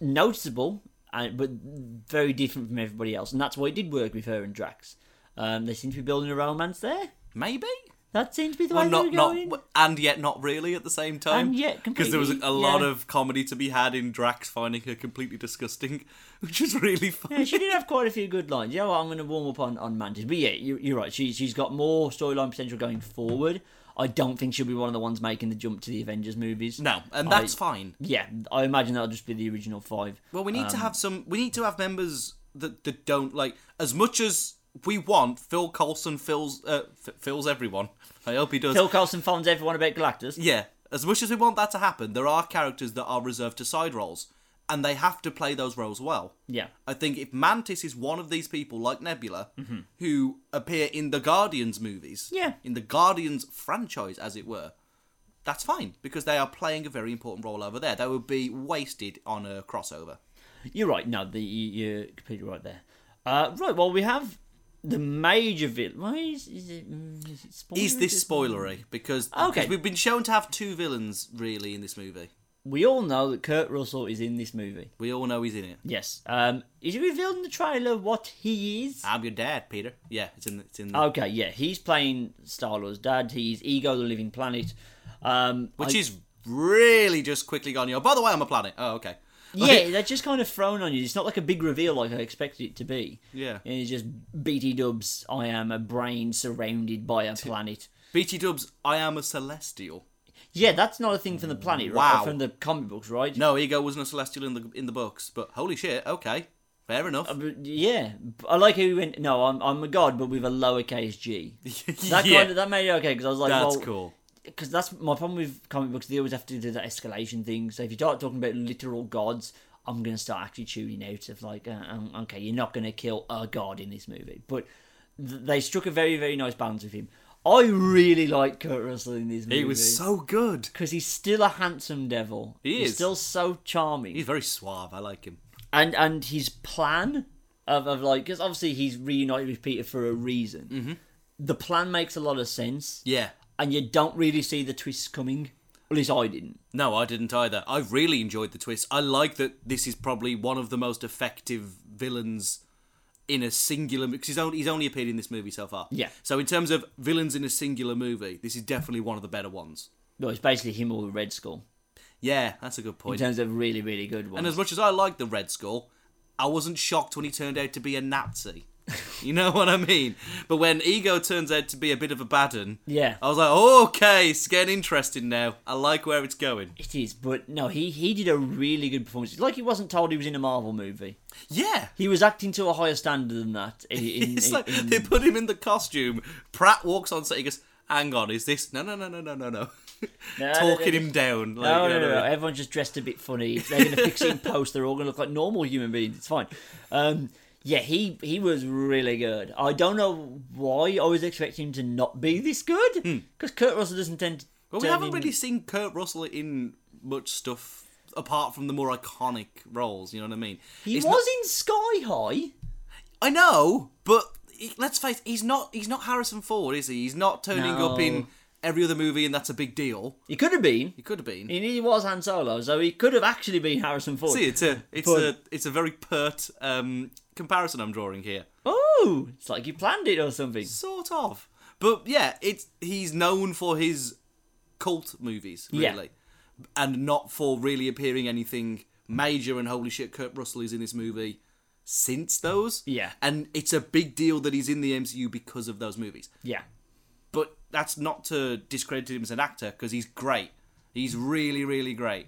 [SPEAKER 2] noticeable, and but very different from everybody else, and that's why it did work with her and Drax. Um, they seem to be building a romance there.
[SPEAKER 1] Maybe.
[SPEAKER 2] That seems to be the
[SPEAKER 1] Well,
[SPEAKER 2] way
[SPEAKER 1] not
[SPEAKER 2] they're
[SPEAKER 1] not
[SPEAKER 2] going.
[SPEAKER 1] and yet not really at the same time.
[SPEAKER 2] And yet
[SPEAKER 1] because there was a,
[SPEAKER 2] completely,
[SPEAKER 1] lot
[SPEAKER 2] yeah.
[SPEAKER 1] of comedy to be had in Drax finding her completely disgusting, which was really
[SPEAKER 2] Yeah,
[SPEAKER 1] fun.
[SPEAKER 2] she did have quite a few good lines. Yeah, well, I'm going to warm up on, on Mantis. But yeah, you, you're right. She, she's got more storyline potential going forward. I don't think she'll be one of the ones making the jump to the Avengers movies.
[SPEAKER 1] No, and
[SPEAKER 2] I-
[SPEAKER 1] that's fine.
[SPEAKER 2] Yeah, I imagine that'll just be the original five.
[SPEAKER 1] Well, we need to have some. We need to have members that that don't like as much as we want Phil Coulson fills uh, f- fills everyone. I hope he does.
[SPEAKER 2] Phil Coulson phones everyone about Galactus.
[SPEAKER 1] Yeah, as much as we want that to happen, there are characters that are reserved to side roles, and they have to play those roles well.
[SPEAKER 2] Yeah.
[SPEAKER 1] I think if Mantis is one of these people, like Nebula, who appear in the Guardians movies,
[SPEAKER 2] Mm-hmm. Yeah.
[SPEAKER 1] in the Guardians franchise, as it were, that's fine because they are playing a very important role over there. They would be wasted on a crossover.
[SPEAKER 2] You're right. No, the, you- you're completely right there. Uh, right. Well, we have the major villain. Why is, is it? mm, Is, it spoiler?
[SPEAKER 1] Is this spoilery? Because
[SPEAKER 2] Okay.
[SPEAKER 1] because we've been shown to have two villains really in this movie.
[SPEAKER 2] We all know that Kurt Russell is in this movie.
[SPEAKER 1] We all know he's in it.
[SPEAKER 2] Yes. Um, is it revealed in the trailer what he is?
[SPEAKER 1] I'm your dad, Peter. Yeah, it's in. The, it's in. The,
[SPEAKER 2] Okay. Yeah, he's playing Star Lord's dad. He's Ego, the Living Planet. Um,
[SPEAKER 1] which is really just quickly gone. You know, by the way, I'm a planet. Oh, okay.
[SPEAKER 2] yeah, they're just kind of thrown on you. It's not like a big reveal like I expected it to be.
[SPEAKER 1] Yeah.
[SPEAKER 2] And it's just BT Dubs. I am a brain surrounded by a planet.
[SPEAKER 1] BT Dubs, I am a celestial.
[SPEAKER 2] Yeah, that's not a thing from the planet,
[SPEAKER 1] Wow.
[SPEAKER 2] right? From the comic books, right?
[SPEAKER 1] No, Ego wasn't a celestial in the in the books, but holy shit, okay, fair enough.
[SPEAKER 2] But yeah, I like how he went. No, I'm I'm a god, but with a lowercase g. That
[SPEAKER 1] Yeah,
[SPEAKER 2] kind of, that made it okay because I was like,
[SPEAKER 1] that's
[SPEAKER 2] well,
[SPEAKER 1] cool.
[SPEAKER 2] because that's my problem with comic books. They always have to do that escalation thing. So if you start talking about literal gods, I'm gonna start actually tuning out of like, uh, um, okay, you're not gonna kill a god in this movie. But th- they struck a very very nice balance with him. I really like Kurt Russell in this movie.
[SPEAKER 1] He was so good.
[SPEAKER 2] because he's still a handsome devil.
[SPEAKER 1] He
[SPEAKER 2] he's
[SPEAKER 1] is.
[SPEAKER 2] still so charming
[SPEAKER 1] He's very suave. I like him.
[SPEAKER 2] and and his plan of, of like because obviously he's reunited with Peter for a reason.
[SPEAKER 1] Mm-hmm.
[SPEAKER 2] The plan makes a lot of sense,
[SPEAKER 1] Yeah.
[SPEAKER 2] and you don't really see the twists coming. At least I didn't.
[SPEAKER 1] No, I didn't either. I really enjoyed the twist. I like that this is probably one of the most effective villains in a singular because he's only he's only appeared in this movie so far.
[SPEAKER 2] Yeah.
[SPEAKER 1] So in terms of villains in a singular movie, this is definitely one of the better ones.
[SPEAKER 2] No, it's basically him or the Red Skull
[SPEAKER 1] Yeah, that's a good
[SPEAKER 2] in
[SPEAKER 1] point.
[SPEAKER 2] terms of really really good ones.
[SPEAKER 1] And as much as I liked the Red Skull, I wasn't shocked when he turned out to be a Nazi. you know what I mean? But when Ego turns out to be a bit of a baden,
[SPEAKER 2] Yeah.
[SPEAKER 1] I was like, okay, it's getting interesting now. I like where it's going.
[SPEAKER 2] it is, but no, he he did a really good performance. It's like he wasn't told he was in a Marvel movie.
[SPEAKER 1] Yeah.
[SPEAKER 2] He was acting to a higher standard than that. In, in,
[SPEAKER 1] It's
[SPEAKER 2] in-
[SPEAKER 1] like
[SPEAKER 2] in-
[SPEAKER 1] they put him in the costume. Pratt walks on set. He goes, "Hang on, is this? No, no, no, no, no, no, no."
[SPEAKER 2] no,
[SPEAKER 1] Talking
[SPEAKER 2] no,
[SPEAKER 1] him down. Like,
[SPEAKER 2] No,
[SPEAKER 1] you know
[SPEAKER 2] no, no,
[SPEAKER 1] what I
[SPEAKER 2] no.
[SPEAKER 1] mean?
[SPEAKER 2] Everyone's just dressed a bit funny. If they're going to fix it in post, they're all going to look like normal human beings. It's fine. Um, yeah, he he was really good. I don't know why I was expecting him to not be this good because Kurt Russell doesn't tend. to
[SPEAKER 1] Hmm. But we
[SPEAKER 2] turn
[SPEAKER 1] haven't
[SPEAKER 2] in-
[SPEAKER 1] really seen Kurt Russell in much stuff apart from the more iconic roles. You know what I mean?
[SPEAKER 2] He
[SPEAKER 1] It's
[SPEAKER 2] was
[SPEAKER 1] not-
[SPEAKER 2] in Sky High.
[SPEAKER 1] I know, but he- let's face it, he's not he's not Harrison Ford, is he? He's not turning up in
[SPEAKER 2] No.
[SPEAKER 1] every other movie and that's a big deal.
[SPEAKER 2] He could have been.
[SPEAKER 1] He could have been.
[SPEAKER 2] He nearly was Han Solo, so he could have actually been Harrison Ford.
[SPEAKER 1] See, it's a it's
[SPEAKER 2] But-
[SPEAKER 1] a it's a very pert um, comparison I'm drawing here.
[SPEAKER 2] Oh, it's like he planned it or something.
[SPEAKER 1] Sort of. But yeah, it's he's known for his cult movies,
[SPEAKER 2] Yeah.
[SPEAKER 1] really. And not for really appearing anything major and holy shit, Kurt Russell is in this movie since those.
[SPEAKER 2] Yeah.
[SPEAKER 1] And it's a big deal that he's in the MCU because of those movies.
[SPEAKER 2] Yeah,
[SPEAKER 1] But that's not to discredit him as an actor because he's great. He's really, really great.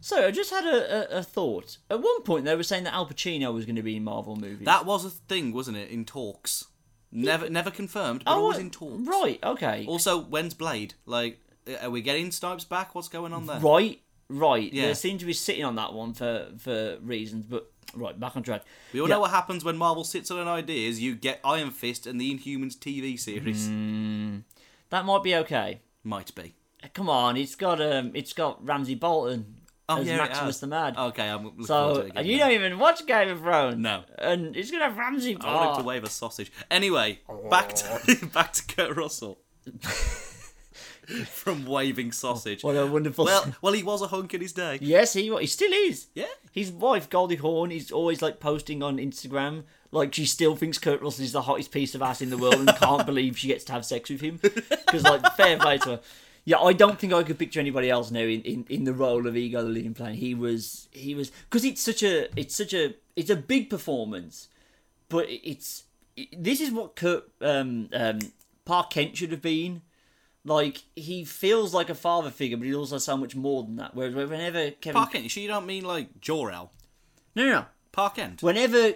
[SPEAKER 2] So I just had a, a, a thought. At one point, they were saying that Al Pacino was going to be in Marvel movies.
[SPEAKER 1] That was a thing, wasn't it, in talks? Never, never confirmed, but
[SPEAKER 2] Oh,
[SPEAKER 1] always in talks.
[SPEAKER 2] Right. Okay.
[SPEAKER 1] Also, when's Blade? Like, are we getting Snipes back? What's going on there?
[SPEAKER 2] Right. Right.
[SPEAKER 1] Yeah.
[SPEAKER 2] They seem to be sitting on that one for for reasons, but right back on track.
[SPEAKER 1] We all
[SPEAKER 2] Yeah.
[SPEAKER 1] know what happens when Marvel sits on an idea is you get Iron Fist and the Inhumans TV series.
[SPEAKER 2] Mm. That might be okay.
[SPEAKER 1] Might be.
[SPEAKER 2] Come on, it's got um, it's got Ramsey Bolton
[SPEAKER 1] Oh,
[SPEAKER 2] as
[SPEAKER 1] yeah, it
[SPEAKER 2] Maximus
[SPEAKER 1] has.
[SPEAKER 2] the Mad.
[SPEAKER 1] Okay, I'm looking forward to
[SPEAKER 2] so
[SPEAKER 1] it again.
[SPEAKER 2] and you
[SPEAKER 1] now.
[SPEAKER 2] don't even watch Game of Thrones.
[SPEAKER 1] No.
[SPEAKER 2] And it's gonna have Ramsey
[SPEAKER 1] I wanted to
[SPEAKER 2] Bolton.
[SPEAKER 1] wave a sausage. Anyway, back
[SPEAKER 2] Oh.
[SPEAKER 1] to back to Kurt Russell. From waving sausage.
[SPEAKER 2] What a wonderful.
[SPEAKER 1] Well, well, he was a hunk in his day.
[SPEAKER 2] yes, he wa- he still is.
[SPEAKER 1] Yeah.
[SPEAKER 2] His wife Goldie Horn is always like posting on Instagram, like she still thinks Kurt Russell is the hottest piece of ass in the world and can't believe she gets to have sex with him. Because like fair play to her. Yeah, I don't think I could picture anybody else now in, in, in the role of Ego the Living Planet. He was he was because it's such a it's such a it's a big performance, but it's it, this is what Kurt um, um, Park Kent should have been. Like he feels like a father figure, but he's also so much more than that. Whereas whenever Kevin
[SPEAKER 1] Park End. You sure you don't mean like Jor-El?
[SPEAKER 2] no no no
[SPEAKER 1] Park End.
[SPEAKER 2] whenever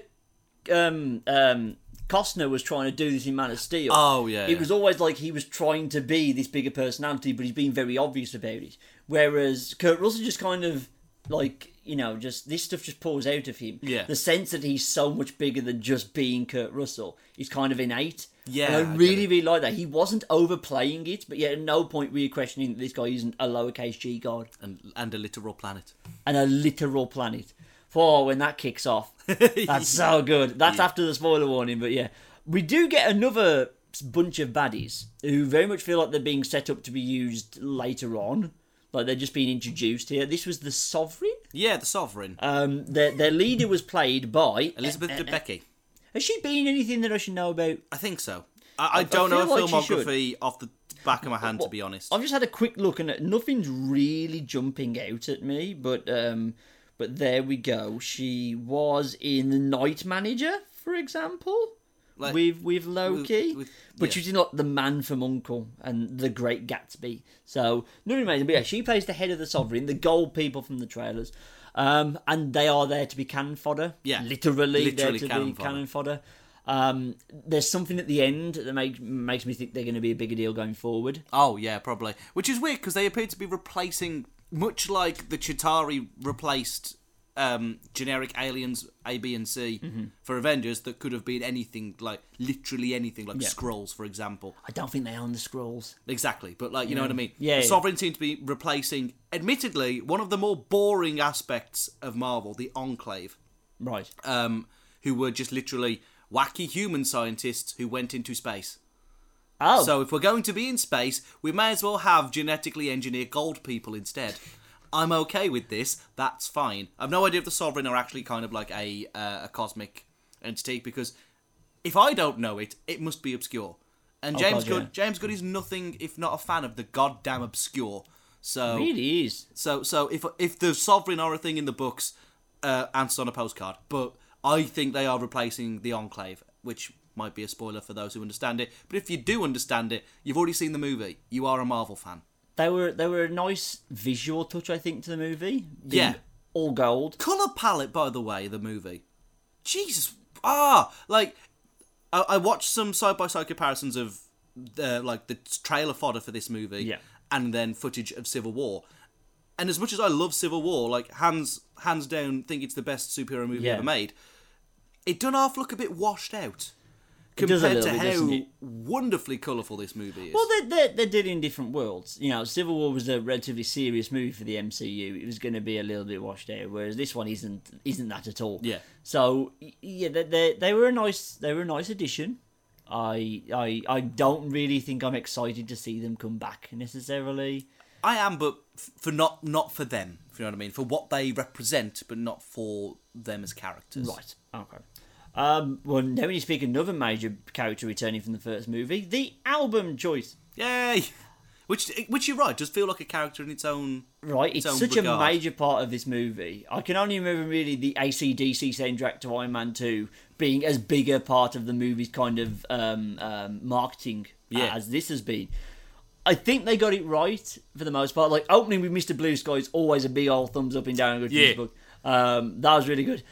[SPEAKER 2] um um Costner was trying to do this in Man of Steel.
[SPEAKER 1] Oh, yeah,
[SPEAKER 2] It
[SPEAKER 1] yeah.
[SPEAKER 2] was always like he was trying to be this bigger personality, but he's being very obvious about it. Whereas Kurt Russell just kind of like you know just this stuff just pours out of him.
[SPEAKER 1] Yeah.
[SPEAKER 2] The sense that he's so much bigger than just being Kurt Russell is kind of innate.
[SPEAKER 1] Yeah,
[SPEAKER 2] And
[SPEAKER 1] I
[SPEAKER 2] I
[SPEAKER 1] get
[SPEAKER 2] really
[SPEAKER 1] it.
[SPEAKER 2] really like that. He wasn't overplaying it, but yet at no point were you questioning that this guy isn't a lowercase g god
[SPEAKER 1] and and a literal planet.
[SPEAKER 2] and a literal planet. For when that kicks off, that's so good. That's after the spoiler warning, but yeah, we do get another s- bunch of baddies who very much feel like they're being set up to be used later on, like they're just being introduced here. This was the Sovereign.
[SPEAKER 1] Yeah, the Sovereign,
[SPEAKER 2] Um, their their leader was played by
[SPEAKER 1] Elizabeth Debicki.
[SPEAKER 2] Has she been in anything that I should know about?
[SPEAKER 1] I think so. I, I don't
[SPEAKER 2] feel
[SPEAKER 1] know her
[SPEAKER 2] like she should.
[SPEAKER 1] filmography off the back of my hand, to be honest.
[SPEAKER 2] I've just had a quick look and nothing's really jumping out at me, but um, but there we go. She was in the Night Manager, for example,
[SPEAKER 1] Like-
[SPEAKER 2] with with Loki,
[SPEAKER 1] with-
[SPEAKER 2] but
[SPEAKER 1] yeah.
[SPEAKER 2] she was in like The Man from Uncle and The Great Gatsby. So nothing amazing, but yeah, she plays the head of the Sovereign, the gold people from the trailers. Um, and they are there to be cannon fodder.
[SPEAKER 1] Yeah.
[SPEAKER 2] literally,
[SPEAKER 1] Literally
[SPEAKER 2] there to
[SPEAKER 1] cannon
[SPEAKER 2] be
[SPEAKER 1] fodder.
[SPEAKER 2] cannon fodder. Um, there's something at the end that make, makes me think they're going to be a bigger deal going forward.
[SPEAKER 1] Oh yeah, probably. Which is weird because they appear to be replacing, much like the Chitari replaced um, generic aliens A, B, and C
[SPEAKER 2] Mm-hmm.
[SPEAKER 1] for Avengers that could have been anything like literally anything like scrolls, for example.
[SPEAKER 2] I don't think they own the scrolls.
[SPEAKER 1] Exactly, but like you know what I mean.
[SPEAKER 2] Mm. Yeah,
[SPEAKER 1] The
[SPEAKER 2] yeah.
[SPEAKER 1] Sovereign seems to be replacing, admittedly, one of the more boring aspects of Marvel, the Enclave
[SPEAKER 2] Right.
[SPEAKER 1] um, who were just literally wacky human scientists who went into space.
[SPEAKER 2] Oh,
[SPEAKER 1] So if we're going to be in space, we may as well have genetically engineered gold people instead. I'm okay with this. That's fine. I've no idea if the Sovereign are actually kind of like a uh, a cosmic entity because if I don't know it, it must be obscure. And James
[SPEAKER 2] Oh, God,
[SPEAKER 1] Good,
[SPEAKER 2] yeah.
[SPEAKER 1] James Good is nothing if not a fan of the goddamn obscure. So
[SPEAKER 2] really is.
[SPEAKER 1] so so if if the sovereign are a thing in the books, uh, answer on a postcard. But I think they are replacing the enclave, which might be a spoiler for those who understand it. But if you do understand it, you've already seen the movie. You are a Marvel fan.
[SPEAKER 2] They were they were a nice visual touch, I think, to the movie. Being
[SPEAKER 1] Yeah.
[SPEAKER 2] all gold.
[SPEAKER 1] Color palette, by the way, the movie. Jesus, ah, like I, I watched some side by side comparisons of the like the trailer fodder for this movie,
[SPEAKER 2] Yeah.
[SPEAKER 1] and then footage of Civil War. And as much as I love Civil War, like hands hands down, think it's the best superhero movie
[SPEAKER 2] Yeah.
[SPEAKER 1] ever made. It done half look a bit washed out
[SPEAKER 2] does a
[SPEAKER 1] compared to
[SPEAKER 2] little bit, doesn't
[SPEAKER 1] how
[SPEAKER 2] it?
[SPEAKER 1] wonderfully colourful this movie is.
[SPEAKER 2] Well, they're, they're, they're dealing in different worlds. You know, Civil War was a relatively serious movie for the MCU. It was going to be a little bit washed out, whereas this one isn't isn't that at all.
[SPEAKER 1] Yeah.
[SPEAKER 2] So y- yeah, they, they, they were a nice they were a nice addition. I I I don't really think I'm excited to see them come back necessarily.
[SPEAKER 1] I am, but f- for not not for them. If you know what I mean, for what they represent, but not for them as characters.
[SPEAKER 2] Right. Okay. Um, well, now we need to pick another major character returning from the first movie, the album choice.
[SPEAKER 1] Yay! Which, which you're right, does feel like a character in its own.
[SPEAKER 2] Right, it's
[SPEAKER 1] own
[SPEAKER 2] such
[SPEAKER 1] regard.
[SPEAKER 2] a major part of this movie. I can only remember really the ACDC soundtrack to Iron Man 2 being as big a part of the movie's kind of um, um, marketing
[SPEAKER 1] Yeah.
[SPEAKER 2] as this has been. I think they got it right for the most part. Like, opening with Mr. Blue Sky is always a big old thumbs up and down. Good
[SPEAKER 1] Yeah.
[SPEAKER 2] book. Um, that was really good.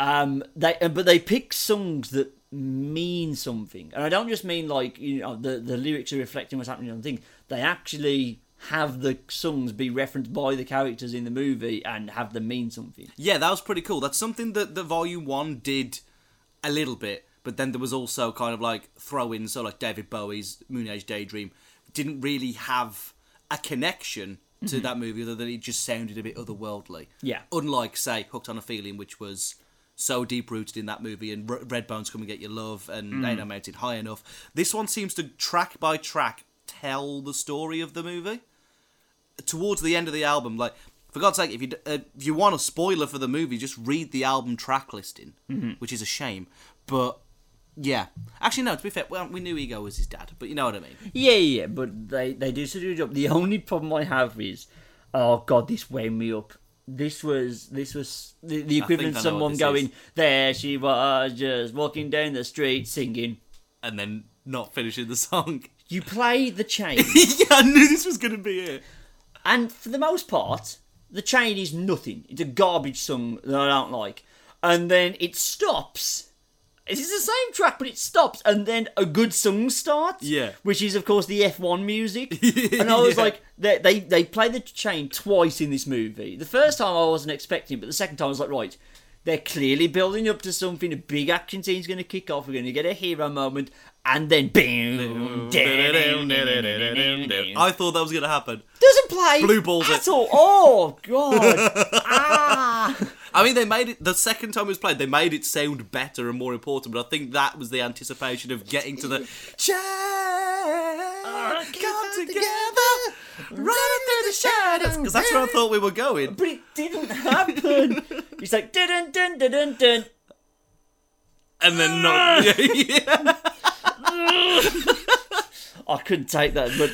[SPEAKER 2] Um, they uh, but they pick songs that mean something, and I don't just mean like you know the the lyrics are reflecting what's happening on the thing. They actually have the songs be referenced by the characters in the movie and have them mean something.
[SPEAKER 1] Yeah, that was pretty cool. That's something that the Volume 1 did a little bit, but then there was also kind of like throw in, so like David Bowie's Moon Age Daydream didn't really have a connection to that movie, other than it just sounded a bit otherworldly.
[SPEAKER 2] Yeah.
[SPEAKER 1] Unlike, say, Hooked on a Feeling, which was so deep rooted in that movie, and R- Red Bones Come and Get Your Love, and Ain't No Mountain High Enough. This one seems to track by track tell the story of the movie. towards the end of the album, like for God's sake, if you d- uh, if you want a spoiler for the movie, just read the album track listing, which is a shame. But yeah, actually, no. To be fair, well, we knew Ego was his dad, but you know what I mean.
[SPEAKER 2] Yeah, yeah, yeah, but they they do such a good job. The only problem I have is, oh god, this wound me up. This was this was the, the equivalent
[SPEAKER 1] I
[SPEAKER 2] of
[SPEAKER 1] know what
[SPEAKER 2] someone
[SPEAKER 1] this
[SPEAKER 2] going
[SPEAKER 1] is.
[SPEAKER 2] there. She was just walking down the street singing.
[SPEAKER 1] And then not finishing the song.
[SPEAKER 2] You play the chain,
[SPEAKER 1] yeah, I knew this was gonna be it.
[SPEAKER 2] and for the most part, the chain is nothing. It's a garbage song that I don't like, and then it stops, It's the same track, but it stops, and then a good song starts.
[SPEAKER 1] Yeah.
[SPEAKER 2] which is of course the F1 music. and I was
[SPEAKER 1] Yeah.
[SPEAKER 2] like, they, they they play the chain twice in this movie. The first time I wasn't expecting, it, but the second time I was like, right, they're clearly building up to something. A big action scene's going to kick off. We're going to get a hero moment, and then boom, doesn't
[SPEAKER 1] I thought that was going to happen.
[SPEAKER 2] play
[SPEAKER 1] Blue balls
[SPEAKER 2] at
[SPEAKER 1] it.
[SPEAKER 2] all. Oh god, ah.
[SPEAKER 1] I mean, they made it the second time it was played. They made it sound better and more important. But I think that was the anticipation of getting to the chain. Come together, running through the shadows. Because that's where I thought we were going.
[SPEAKER 2] But it didn't happen. He's like dun dun dun dun dun.
[SPEAKER 1] And then not. Yeah.
[SPEAKER 2] I couldn't take that, but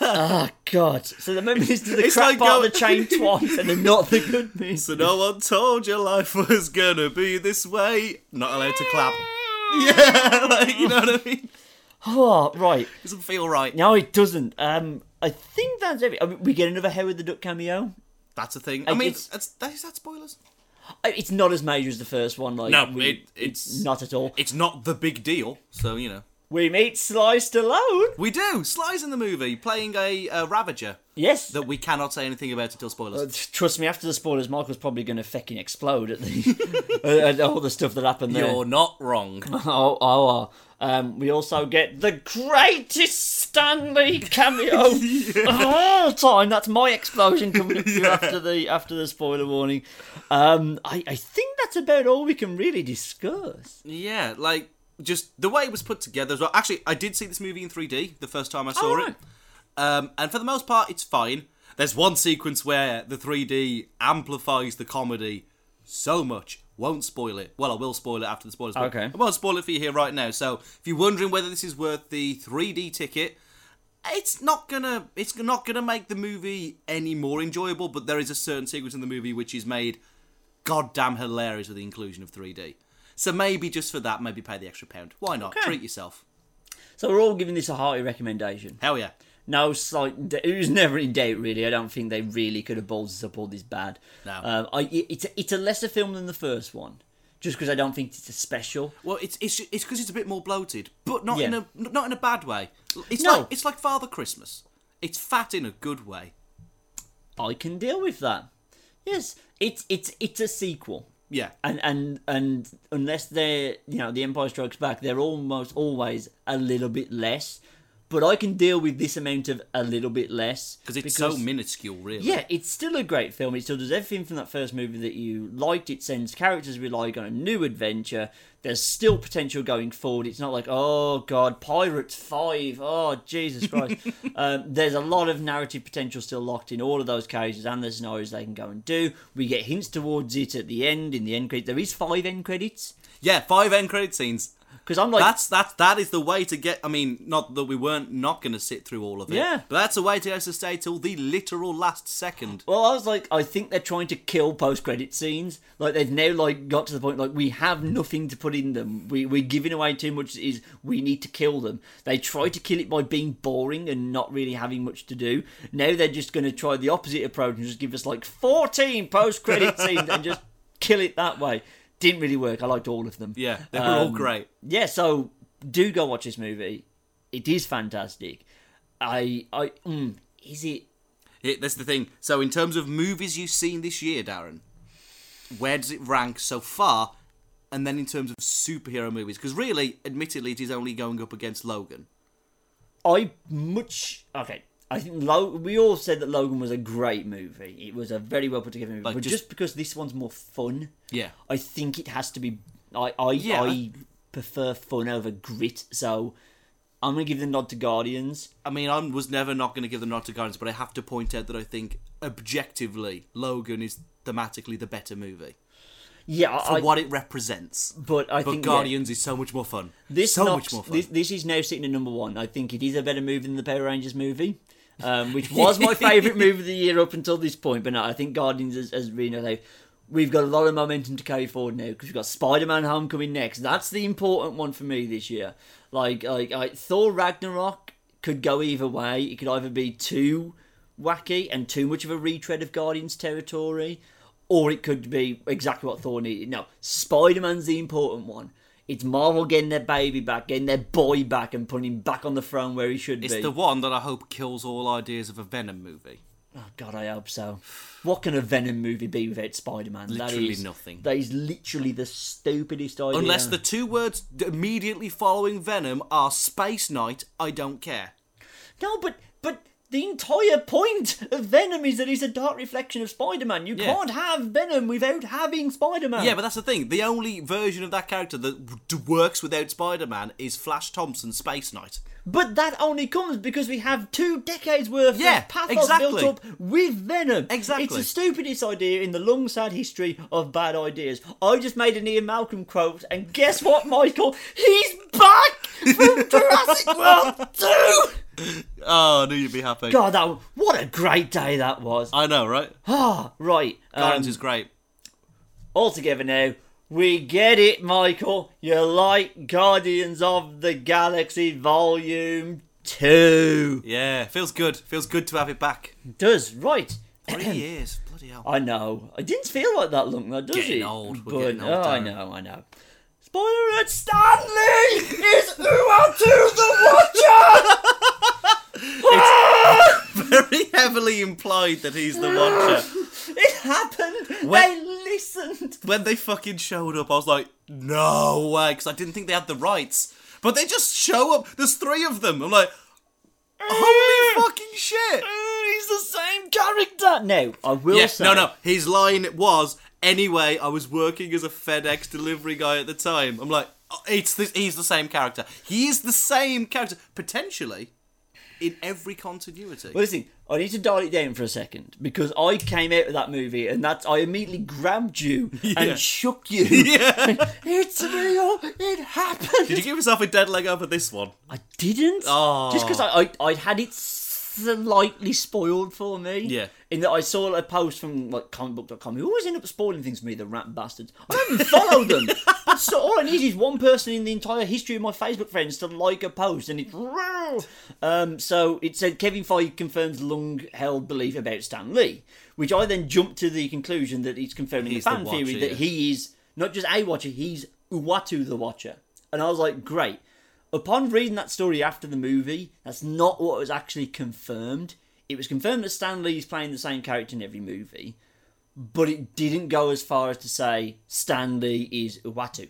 [SPEAKER 2] oh god! So they made me listen to the
[SPEAKER 1] It's
[SPEAKER 2] crap
[SPEAKER 1] like
[SPEAKER 2] part
[SPEAKER 1] going-
[SPEAKER 2] of the chain twice, and then not the good music.
[SPEAKER 1] So no one told you life was gonna be this way. Not allowed to clap. Yeah, like you know what I mean.
[SPEAKER 2] Oh, right.
[SPEAKER 1] Doesn't feel right.
[SPEAKER 2] No, it doesn't. Um, I think that's every. I mean, we get another Howard the Duck cameo.
[SPEAKER 1] That's a thing. I mean,
[SPEAKER 2] it's-
[SPEAKER 1] that's, that, is that spoilers?
[SPEAKER 2] Uh, It's not as major as the first one. Like
[SPEAKER 1] No,
[SPEAKER 2] we-
[SPEAKER 1] it- it's-
[SPEAKER 2] not at all.
[SPEAKER 1] It's not the big deal, so you know.
[SPEAKER 2] we meet Sly Stallone.
[SPEAKER 1] We do. Sly's in the movie playing a uh, Ravager
[SPEAKER 2] Yes.
[SPEAKER 1] that we cannot say anything about until spoilers.
[SPEAKER 2] Uh, Trust me, after the spoilers, Michael's probably going to fecking explode at the at all the stuff that happened there.
[SPEAKER 1] You're not wrong.
[SPEAKER 2] Oh, oh, oh. Um, we also get the greatest Stanley cameo of all time. That's my explosion coming up here after the after the spoiler warning. Um, I, I think that's about all we can really discuss.
[SPEAKER 1] yeah, like just the way it was put together as well. Actually, I did see this movie in 3D the first time I saw
[SPEAKER 2] right.
[SPEAKER 1] it, um, and for the most part, it's fine. There's one sequence where the 3D amplifies the comedy so much. Won't spoil it. Well, I will spoil it after the spoilers. but
[SPEAKER 2] Okay.
[SPEAKER 1] I won't spoil it for you here right now. So, if you're wondering whether this is worth the 3D ticket, it's not gonna it's not gonna make the movie any more enjoyable but there is a certain sequence in the movie which is made goddamn hilarious with the inclusion of 3d so maybe just for that maybe pay the extra pound why not treat yourself
[SPEAKER 2] So we're all giving this a hearty recommendation.
[SPEAKER 1] hell yeah
[SPEAKER 2] No slight, d- it was never in doubt really. I don't think they really could have ballsed us up all this bad.
[SPEAKER 1] No.
[SPEAKER 2] um, I, it- it's a, it's a lesser film than the first one, just because I don't think it's a special.
[SPEAKER 1] well it's it's it's because it's a bit more bloated but not in
[SPEAKER 2] Yeah.
[SPEAKER 1] a not in a bad way it's
[SPEAKER 2] No.
[SPEAKER 1] like it's like father christmas it's fat in a good way
[SPEAKER 2] I can deal with that. Yes, it's it's it's a sequel.
[SPEAKER 1] yeah
[SPEAKER 2] and and and unless they're you know the empire strikes back they're almost always a little bit less but i can deal with this amount of a little bit less
[SPEAKER 1] because it's so minuscule really
[SPEAKER 2] yeah it's still a great film it still does everything from that first movie that you liked it sends characters we like on a new adventure there's still potential going forward it's not like oh god pirates 5 oh jesus christ um, there's a lot of narrative potential still locked in all of those characters and the scenarios they can go and do we get hints towards it at the end in the end credit there is five end credits
[SPEAKER 1] yeah five end credit scenes
[SPEAKER 2] because i'm like
[SPEAKER 1] that's that's that is the way to get. I mean, not that we weren't not going to sit through all of it.
[SPEAKER 2] Yeah.
[SPEAKER 1] but that's a way to to stay till the literal last second.
[SPEAKER 2] Well, I was like, I think they're trying to kill post-credit scenes. Like they've now like got to the point like we have nothing to put in them. We we're giving away too much. Is we need to kill them. They try to kill it by being boring and not really having much to do. Now they're just going to try the opposite approach and just give us like fourteen post-credit scenes and just kill it that way. Didn't really work. I liked all of them. Um,
[SPEAKER 1] Yeah, they were all great.
[SPEAKER 2] Yeah, so do go watch this movie. It is fantastic. I I mm, is it
[SPEAKER 1] Here, that's the thing. So, in terms of movies you've seen this year, Darren, where does it rank so far? And then in terms of superhero movies, because really, admittedly, it is only going up against Logan.
[SPEAKER 2] I much okay. I think Lo- we all said that Logan was a great movie. It was a very well put together movie, but
[SPEAKER 1] just-
[SPEAKER 2] just because this one's more fun,
[SPEAKER 1] Yeah,
[SPEAKER 2] I think it has to be. I I,
[SPEAKER 1] Yeah.
[SPEAKER 2] I prefer fun over grit, so I'm gonna give the nod to Guardians.
[SPEAKER 1] I mean, I was never not going to give the nod to Guardians, but I have to point out that I think objectively, Logan is thematically the better movie
[SPEAKER 2] Yeah,
[SPEAKER 1] for
[SPEAKER 2] I,
[SPEAKER 1] what it represents.
[SPEAKER 2] but I
[SPEAKER 1] But
[SPEAKER 2] think yeah,
[SPEAKER 1] Guardians is so much more fun.
[SPEAKER 2] this
[SPEAKER 1] so
[SPEAKER 2] knocks-
[SPEAKER 1] much more fun.
[SPEAKER 2] This, this is now sitting at number one. I think it is a better movie than the Power Rangers movie, um, which was my favourite movie of the year up until this point. But no, I think Guardians has, has really knocked out. We've got a lot of momentum to carry forward now because we've got Spider-Man: Homecoming next. That's the important one for me this year. Like, like I, Thor: Ragnarok could go either way. It could either be too wacky and too much of a retread of Guardians territory, or it could be exactly what Thor needed. No, Spider Man's the important one. It's Marvel getting their baby back, getting their boy back, and putting him back on the throne where he should
[SPEAKER 1] It's
[SPEAKER 2] be.
[SPEAKER 1] the one that I hope kills all ideas of a Venom movie.
[SPEAKER 2] Oh God, I hope so. What can a Venom movie be without Spider Man?
[SPEAKER 1] Literally nothing.
[SPEAKER 2] That is literally the stupidest idea.
[SPEAKER 1] Unless the two words d- immediately following Venom are Space Knight, I don't care.
[SPEAKER 2] no, but but the entire point of Venom is that he's a dark reflection of Spider Man. You
[SPEAKER 1] Yeah.
[SPEAKER 2] can't have Venom without having Spider Man.
[SPEAKER 1] Yeah, but that's the thing. The only version of that character that d- works without Spider Man is Flash Thompson's Space Knight.
[SPEAKER 2] But that only comes because we have two decades worth
[SPEAKER 1] Yeah,
[SPEAKER 2] of pathos
[SPEAKER 1] exactly.
[SPEAKER 2] built up with Venom.
[SPEAKER 1] Exactly.
[SPEAKER 2] It's the stupidest idea in the long, sad history of bad ideas. I just made an Ian Malcolm quote, and guess what, Michael? He's back from Jurassic World 2!
[SPEAKER 1] Oh, I knew you'd be happy.
[SPEAKER 2] God, that, w- what a great day that was.
[SPEAKER 1] I know, right?
[SPEAKER 2] Ah, right. Um,
[SPEAKER 1] Guardians is great.
[SPEAKER 2] all together now. We get it, Michael. You like Guardians of the Galaxy Volume 2.
[SPEAKER 1] Yeah, feels good. Feels good to have it back.
[SPEAKER 2] Does, right.
[SPEAKER 1] Three years, bloody hell.
[SPEAKER 2] I know. It didn't feel like that long, though, does
[SPEAKER 1] Getting
[SPEAKER 2] it?
[SPEAKER 1] old. We're
[SPEAKER 2] But-
[SPEAKER 1] getting old,
[SPEAKER 2] oh, I
[SPEAKER 1] Darren.
[SPEAKER 2] know, I know. Spoiler alert, Stanley is Uatu the
[SPEAKER 1] Very heavily implied that he's the Watcher.
[SPEAKER 2] Watcher! it happened!
[SPEAKER 1] When-
[SPEAKER 2] They listened!
[SPEAKER 1] when they fucking showed up, I was like, no way, because I didn't think they had the rights. But they just show up. There's three of them. I'm like, holy fucking shit.
[SPEAKER 2] He's the same character! No, I will
[SPEAKER 1] Yeah,
[SPEAKER 2] say...
[SPEAKER 1] no, no. His line was, anyway, I was working as a FedEx delivery guy at the time. I'm like, "Oh, it's the, he's the same character. He is the same character, potentially, in every continuity.
[SPEAKER 2] But listen, I need to dial it down for a second because I came out of that movie and that's I immediately grabbed you
[SPEAKER 1] Yeah.
[SPEAKER 2] and shook you.
[SPEAKER 1] yeah.
[SPEAKER 2] It's real. It happened.
[SPEAKER 1] Did you give yourself a dead leg over this one?
[SPEAKER 2] I didn't.
[SPEAKER 1] Oh.
[SPEAKER 2] Just because I, I I had it slightly spoiled for me.
[SPEAKER 1] Yeah.
[SPEAKER 2] In that I saw a post from like comicbook.com who always end up spoiling things for me, the rat bastards. I haven't followed them. But so all I need is one person in the entire history of my Facebook friends to like a post and it's um so it said Kevin Feige confirms long held belief about Stan Lee, which I then jumped to the conclusion that it's confirming
[SPEAKER 1] He's
[SPEAKER 2] the
[SPEAKER 1] the
[SPEAKER 2] fan theory
[SPEAKER 1] Watcher,
[SPEAKER 2] that
[SPEAKER 1] yeah.
[SPEAKER 2] he is not just a watcher, he's Uatu the Watcher. And I was like, great. Upon reading that story after the movie, that's not what was actually confirmed. It was confirmed that Stan Lee's playing the same character in every movie, but it didn't go as far as to say Stan Lee is Uatu.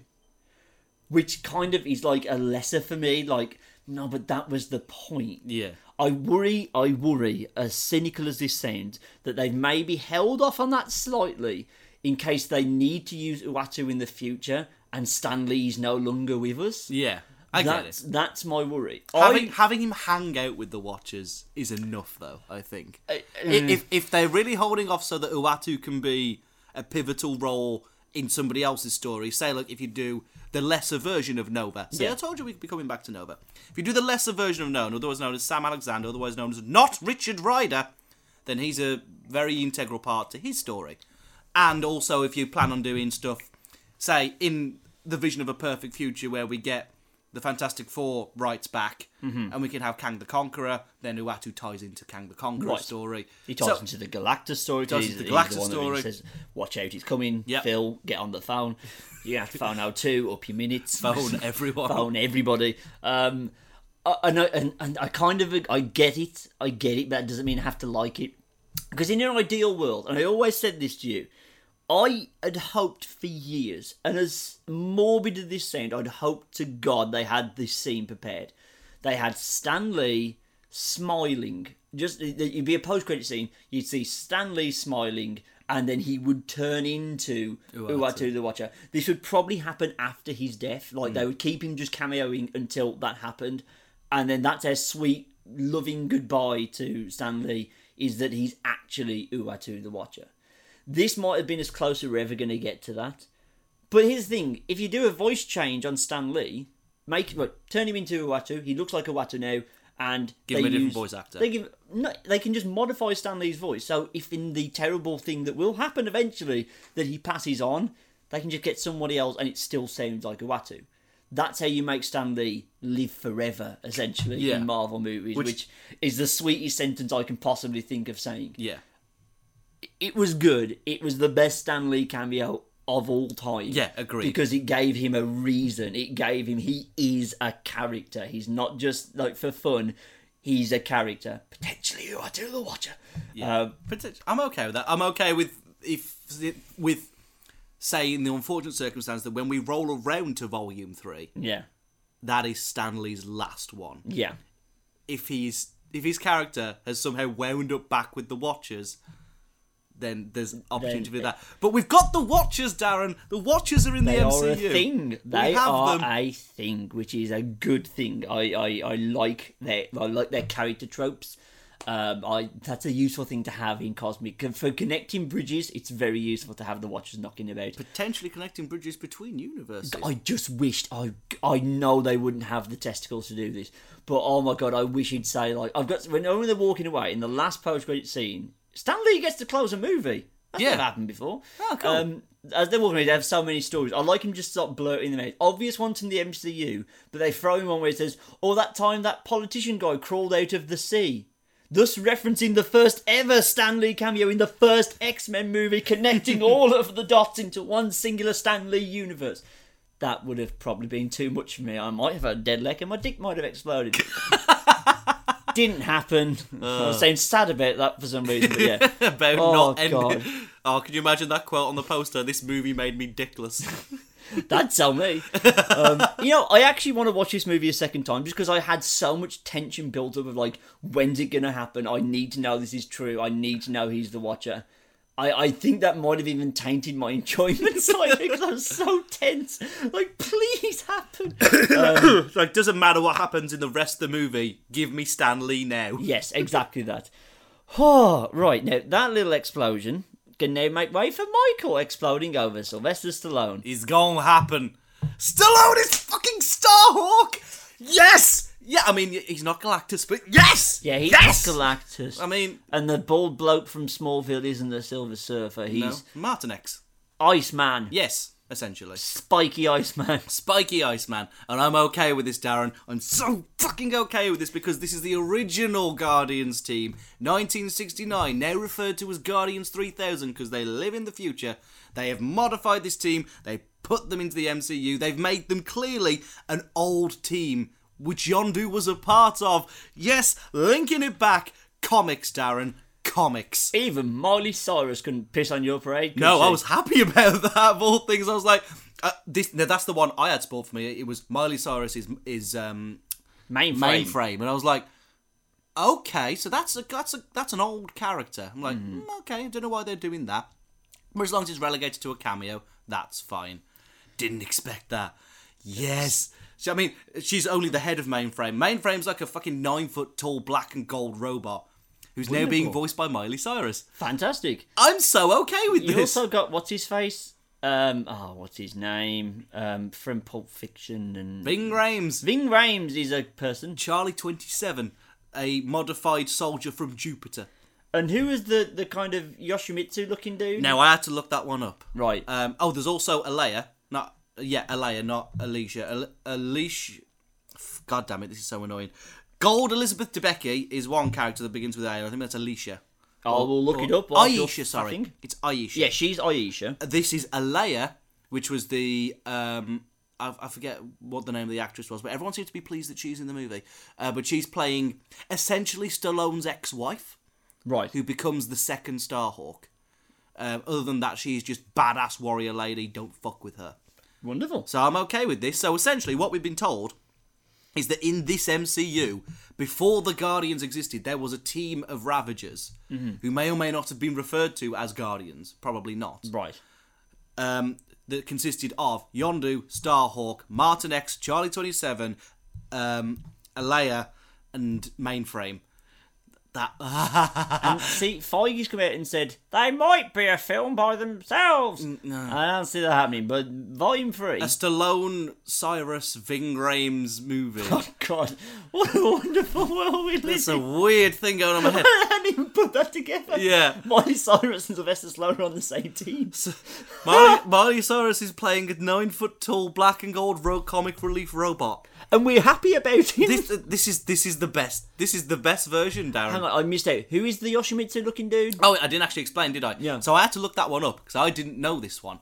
[SPEAKER 2] Which kind of is like a lesser for me, like, no, but that was the point.
[SPEAKER 1] Yeah.
[SPEAKER 2] I worry, I worry, as cynical as this sounds, that they've maybe held off on that slightly in case they need to use Uatu in the future and Stan Lee's no longer with us.
[SPEAKER 1] Yeah. I get it.
[SPEAKER 2] That's, that's my worry.
[SPEAKER 1] Having,
[SPEAKER 2] I,
[SPEAKER 1] having him hang out with the Watchers is enough, though. I think
[SPEAKER 2] Uh,
[SPEAKER 1] I-
[SPEAKER 2] mm.
[SPEAKER 1] if if they're really holding off so that Uatu can be a pivotal role in somebody else's story, say like if you do the lesser version of Nova. See,
[SPEAKER 2] Yeah.
[SPEAKER 1] I told you we'd be coming back to Nova. If you do the lesser version of Nova, otherwise known as Sam Alexander, otherwise known as not Richard Ryder, then he's a very integral part to his story. And also, if you plan on doing stuff, say in the vision of a perfect future where we get the Fantastic Four rights back,
[SPEAKER 2] Mm-hmm.
[SPEAKER 1] and we can have Kang the Conqueror, then Uatu ties into Kang the Conqueror
[SPEAKER 2] Right.
[SPEAKER 1] story.
[SPEAKER 2] he ties
[SPEAKER 1] So-
[SPEAKER 2] into the Galactus story.
[SPEAKER 1] Ties
[SPEAKER 2] Ties
[SPEAKER 1] into the Galactus story.
[SPEAKER 2] Says, Watch out, he's coming.
[SPEAKER 1] Yep.
[SPEAKER 2] Phil, get on the phone. You have to phone out too. Up your minutes.
[SPEAKER 1] phone everyone.
[SPEAKER 2] phone everybody. Um, I, I know, and, and I kind of I get it. I get it, but that doesn't mean I have to like it. Because in an ideal world, and I always said this to you, I had hoped for years, and as morbid as this sound, I'd hoped to God they had this scene prepared. They had Stan Lee smiling. Just it- it'd be a post-credit scene. You'd see Stan Lee smiling, and then he would turn into Uatu the Watcher. This would probably happen after his death. Like they would keep him just cameoing until that happened, and then that's their sweet, loving goodbye to Stan Lee is that he's actually Uatu the Watcher this might have been as close as we're ever going to get to that. But here's the thing: if you do a voice change on Stan Lee, make well, turn him into Uatu. He looks like Uatu now, and give
[SPEAKER 1] him a different voice actor.
[SPEAKER 2] They give no, they can just modify Stan Lee's voice. So if in the terrible thing that will happen eventually that he passes on, they can just get somebody else, and it still sounds like Uatu. That's how you make Stan Lee live forever, essentially,
[SPEAKER 1] Yeah.
[SPEAKER 2] in Marvel movies,
[SPEAKER 1] Which-
[SPEAKER 2] which is the sweetest sentence I can possibly think of saying
[SPEAKER 1] Yeah.
[SPEAKER 2] it was good. It was the best Stan Lee cameo of all time.
[SPEAKER 1] Yeah, agreed.
[SPEAKER 2] Because it gave him a reason. It gave him he is a character. He's not just like for fun. He's a character. Potentially who I do the watcher.
[SPEAKER 1] Yeah.
[SPEAKER 2] Um,
[SPEAKER 1] Potent- I'm okay with that. I'm okay with if with say in the unfortunate circumstance that when we roll around to volume three,
[SPEAKER 2] yeah.
[SPEAKER 1] that is Stanley's last one.
[SPEAKER 2] Yeah.
[SPEAKER 1] If he's if his character has somehow wound up back with the Watchers, then there's an opportunity for that. But we've got the Watchers, Darren. The Watchers are in
[SPEAKER 2] They
[SPEAKER 1] the
[SPEAKER 2] are
[SPEAKER 1] MCU.
[SPEAKER 2] a thing.
[SPEAKER 1] We
[SPEAKER 2] They
[SPEAKER 1] have
[SPEAKER 2] are
[SPEAKER 1] them.
[SPEAKER 2] a thing, which is a good thing. I, I, I like their I like their character tropes. Um, I that's a useful thing to have in cosmic for connecting bridges. It's very useful to have the Watchers knocking about.
[SPEAKER 1] Potentially connecting bridges between universes.
[SPEAKER 2] I just wished I I know they wouldn't have the testicles to do this, but oh my god, I wish he'd say like I've got when when they're walking away in the last post credit scene, Stan Lee gets to close a movie. That's
[SPEAKER 1] Yeah.
[SPEAKER 2] never happened before.
[SPEAKER 1] Oh, cool.
[SPEAKER 2] Um, as they're walking away, they have so many stories. I like him just stop blurting them out. Obvious ones in the MCU, but they throw him one where it says, "All that time that politician guy crawled out of the sea." Thus referencing the first ever Stan Lee cameo in the first X Men movie, connecting all of the dots into one singular Stan Lee universe that would have probably been too much for me. I might have had a dead leg and my dick might have exploded. Didn't happen. I was saying sad about that for some reason, but yeah.
[SPEAKER 1] About
[SPEAKER 2] Oh,
[SPEAKER 1] not ending.
[SPEAKER 2] God.
[SPEAKER 1] Oh, can you imagine that quote on the poster? This movie made me dickless.
[SPEAKER 2] That'd sell me. Um, you know, I actually want to watch this movie a second time just because I had so much tension built up of like, when's it going to happen? I need to know this is true. I need to know he's the watcher. I, I think that might have even tainted my enjoyment slightly because I was so tense. Like, please happen.
[SPEAKER 1] like, doesn't matter what happens in the rest of the movie. Give me Stan Lee now.
[SPEAKER 2] Yes, exactly that. Oh, right, now that little explosion can now make way for Michael exploding over Sylvester Stallone.
[SPEAKER 1] It's gonna happen. Stallone is fucking Starhawk. Yes. Yeah. I mean, he's not Galactus, but yes.
[SPEAKER 2] Yeah, he's
[SPEAKER 1] yes!
[SPEAKER 2] Galactus.
[SPEAKER 1] I mean,
[SPEAKER 2] and the bald bloke from Smallville isn't the Silver Surfer.
[SPEAKER 1] no.
[SPEAKER 2] He's
[SPEAKER 1] Martinex.
[SPEAKER 2] Iceman.
[SPEAKER 1] Yes, essentially.
[SPEAKER 2] Spiky Iceman.
[SPEAKER 1] Spiky Iceman, and I'm okay with this, Darren. I'm so fucking okay with this because this is the original Guardians team, 1969, now referred to as Guardians 3000 because they live in the future. They have modified this team, they put them into the MCU, they've made them clearly an old team, which Yondu was a part of. Yes, linking it back, comics, Darren, comics.
[SPEAKER 2] Even Miley Cyrus couldn't piss on your parade. could
[SPEAKER 1] No, I
[SPEAKER 2] she?
[SPEAKER 1] was happy about that. Of all things, I was like, uh, this. No, that's the one I had spoiled for me. It was Miley Cyrus is is um,
[SPEAKER 2] mainframe.
[SPEAKER 1] mainframe, and I was like, okay, so that's a that's a that's an old character. I'm like, mm, okay, I don't know why they're doing that, but as long as it's relegated to a cameo, that's fine. Didn't expect that. Yes. So, I mean, she's only the head of Mainframe. Mainframe's like a fucking nine foot tall black and gold robot who's now being
[SPEAKER 2] Wonderful.
[SPEAKER 1] voiced by Miley Cyrus.
[SPEAKER 2] Fantastic.
[SPEAKER 1] I'm so okay with
[SPEAKER 2] You
[SPEAKER 1] this.
[SPEAKER 2] also got what's his face? Um, oh, what's his name? Um, from Pulp Fiction and
[SPEAKER 1] Bing Rames.
[SPEAKER 2] Ving Rhames is a person.
[SPEAKER 1] Charlie 27, a modified soldier from Jupiter.
[SPEAKER 2] And who is the the kind of Yoshimitsu looking dude?
[SPEAKER 1] Now, I had to look that one up.
[SPEAKER 2] Right.
[SPEAKER 1] Um, oh, there's also Alea. Not, yeah, Alea, not Alicia. Al- Alicia. f- God damn it, this is so annoying. Gold Elizabeth Debicki is one character that begins with A, and I think that's Alicia.
[SPEAKER 2] I will look it up. whilst you're
[SPEAKER 1] Aisha, oh, sorry.
[SPEAKER 2] talking.
[SPEAKER 1] It's Aisha.
[SPEAKER 2] Yeah, she's Aisha.
[SPEAKER 1] This is Alea, which was the. Um, I, I forget what the name of the actress was, but everyone seems to be pleased that she's in the movie. Uh, but she's playing essentially Stallone's ex wife.
[SPEAKER 2] Right.
[SPEAKER 1] who becomes the second Starhawk. Um, other than that, she's just badass warrior lady. Don't fuck with her.
[SPEAKER 2] Wonderful.
[SPEAKER 1] So I'm okay with this. So essentially, what we've been told is that in this MCU, before the Guardians existed, there was a team of Ravagers who may or may not have been referred to as Guardians. Probably not.
[SPEAKER 2] Right.
[SPEAKER 1] Um, that consisted of Yondu, Starhawk, Martin X, Charlie Twenty Seven, um, Alea, and Mainframe. That
[SPEAKER 2] And see, Feige's come out and said they might be a film by themselves. I don't see that happening. But Volume Three.
[SPEAKER 1] A Stallone, Cyrus, Ving Rhames movie.
[SPEAKER 2] Oh God! What a wonderful world we live
[SPEAKER 1] It's a
[SPEAKER 2] in.
[SPEAKER 1] weird thing going on in my head.
[SPEAKER 2] I hadn't even put that together.
[SPEAKER 1] Yeah.
[SPEAKER 2] Miley Cyrus and Sylvester Stallone are on the same team.
[SPEAKER 1] Marley, Marley Cyrus is playing a nine foot tall black and gold ro- comic relief robot.
[SPEAKER 2] And we're happy about it.
[SPEAKER 1] This, this is this is the best. This is the best version, Darren.
[SPEAKER 2] Hang on, I missed out. Who is the Yoshimitsu looking dude?
[SPEAKER 1] Oh, I didn't actually explain, did I?
[SPEAKER 2] Yeah.
[SPEAKER 1] So I had to look that one up because I didn't know this one.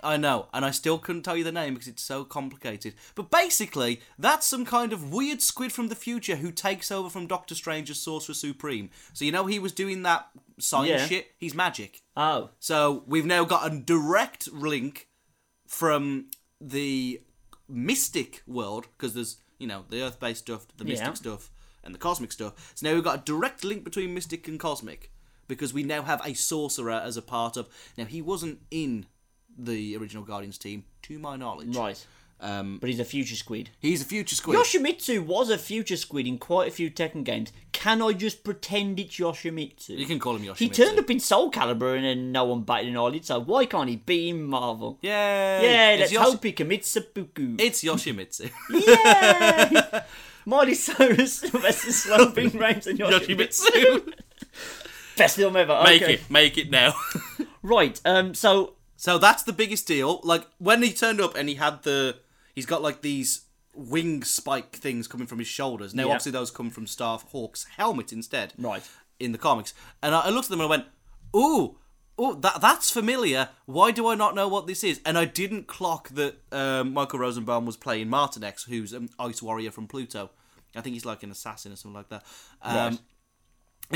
[SPEAKER 1] I know, and I still couldn't tell you the name because it's so complicated. But basically, that's some kind of weird squid from the future who takes over from Doctor Strange as Sorcerer Supreme. So you know he was doing that science
[SPEAKER 2] Yeah.
[SPEAKER 1] shit. He's magic.
[SPEAKER 2] Oh,
[SPEAKER 1] So we've now got a direct link from the mystic world because there's you know the earth-based stuff, the mystic
[SPEAKER 2] Yeah.
[SPEAKER 1] stuff, and the cosmic stuff. So now we've got a direct link between mystic and cosmic because we now have a sorcerer as a part of. Now he wasn't in the original Guardians team, to my knowledge.
[SPEAKER 2] right.
[SPEAKER 1] Um,
[SPEAKER 2] But he's a future squid.
[SPEAKER 1] he's a future squid.
[SPEAKER 2] Yoshimitsu was a future squid in quite a few Tekken games. Can I just pretend it's Yoshimitsu?
[SPEAKER 1] you can call him Yoshimitsu.
[SPEAKER 2] he turned up in Soul Calibur and then no one batted an eyelid, so why can't he be in Marvel?
[SPEAKER 1] Yay!
[SPEAKER 2] Yeah,
[SPEAKER 1] it's
[SPEAKER 2] let's
[SPEAKER 1] Yoshi-
[SPEAKER 2] hope he commits seppuku.
[SPEAKER 1] It's Yoshimitsu.
[SPEAKER 2] yeah! Miley Cyrus, Sylvester Stallone, Ving Rhames and Yoshimitsu.
[SPEAKER 1] Yoshimitsu.
[SPEAKER 2] Best film ever.
[SPEAKER 1] Make
[SPEAKER 2] okay.
[SPEAKER 1] it, make it now.
[SPEAKER 2] Right, um, so
[SPEAKER 1] So that's the biggest deal. Like when he turned up and he had the, he's got like these wing spike things coming from his shoulders. Now
[SPEAKER 2] Yeah.
[SPEAKER 1] obviously those come from Staff Hawk's helmet instead.
[SPEAKER 2] Right.
[SPEAKER 1] In the comics, and I, I looked at them and I went, "Ooh, ooh, that that's familiar. Why do I not know what this is?" And I didn't clock that um, Michael Rosenbaum was playing Martinex, who's an ice warrior from Pluto. I think he's like an assassin or something like that. Um,
[SPEAKER 2] Right.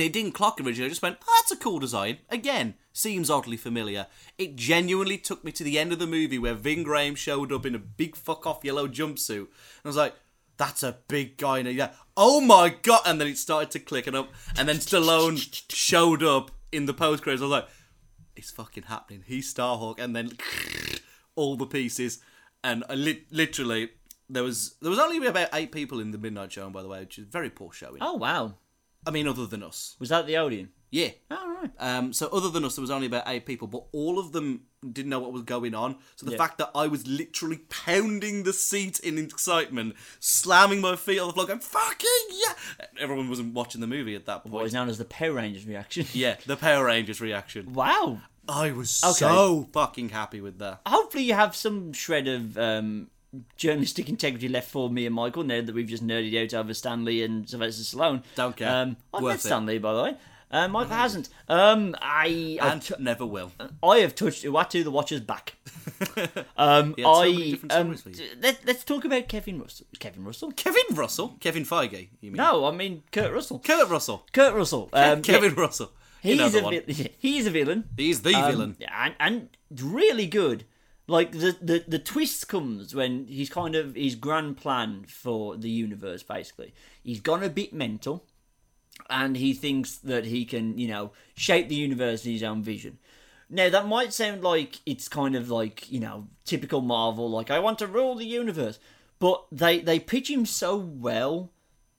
[SPEAKER 1] and it didn't clock originally. I just went, oh, that's a cool design. Again, seems oddly familiar. It genuinely took me to the end of the movie where Ving Graham showed up in a big fuck off yellow jumpsuit. And I was like, that's a big guy in a yeah. Oh my god! And then it started to click and up. And then Stallone showed up in the post credits. I was like, it's fucking happening. He's Starhawk, and then all the pieces, and I lit literally there was there was only about eight people in the midnight showing, by the way, which is very poor showing.
[SPEAKER 2] Oh wow.
[SPEAKER 1] I mean, other than us,
[SPEAKER 2] Was that the Odeon?
[SPEAKER 1] yeah.
[SPEAKER 2] Oh right.
[SPEAKER 1] Um, so other than us, there was only about eight people, but all of them didn't know what was going on. So the
[SPEAKER 2] Yeah.
[SPEAKER 1] fact that I was literally pounding the seat in excitement, slamming my feet on the floor, going "fucking yeah!" Everyone wasn't watching the movie at that
[SPEAKER 2] What
[SPEAKER 1] point.
[SPEAKER 2] is known as the Power Rangers reaction.
[SPEAKER 1] Yeah, the Power Rangers reaction.
[SPEAKER 2] Wow.
[SPEAKER 1] I was so fucking happy with that.
[SPEAKER 2] Hopefully you have some shred of um, journalistic integrity left for me and Michael now that we've just nerded out over Stanley and Sylvester Stallone.
[SPEAKER 1] Don't care.
[SPEAKER 2] Um, I've
[SPEAKER 1] Worth
[SPEAKER 2] met
[SPEAKER 1] it. Mm.
[SPEAKER 2] Stanley by the way. Uh, Michael hasn't. Um, I I- Um,
[SPEAKER 1] and never will.
[SPEAKER 2] I have touched Uatu the Watcher's back. Um,
[SPEAKER 1] had so
[SPEAKER 2] I
[SPEAKER 1] many different
[SPEAKER 2] um,
[SPEAKER 1] stories for
[SPEAKER 2] let, let's talk about Kevin Russell. Kevin Russell.
[SPEAKER 1] Kevin Russell, Kevin Feige, you mean?
[SPEAKER 2] No, I mean Kurt Russell.
[SPEAKER 1] Kurt Russell,
[SPEAKER 2] Kurt Russell. Um,
[SPEAKER 1] Kevin Russell. You
[SPEAKER 2] He's
[SPEAKER 1] know the
[SPEAKER 2] a
[SPEAKER 1] one.
[SPEAKER 2] vi- he's a villain.
[SPEAKER 1] He's the
[SPEAKER 2] Um,
[SPEAKER 1] villain.
[SPEAKER 2] and and really good. Like the, the the twist comes when he's kind of his grand plan for the universe. Basically, he's gone a bit mental, and he thinks that he can you know shape the universe in his own vision. Now that might sound like it's kind of like you know typical Marvel, like I want to rule the universe, but they they pitch him so well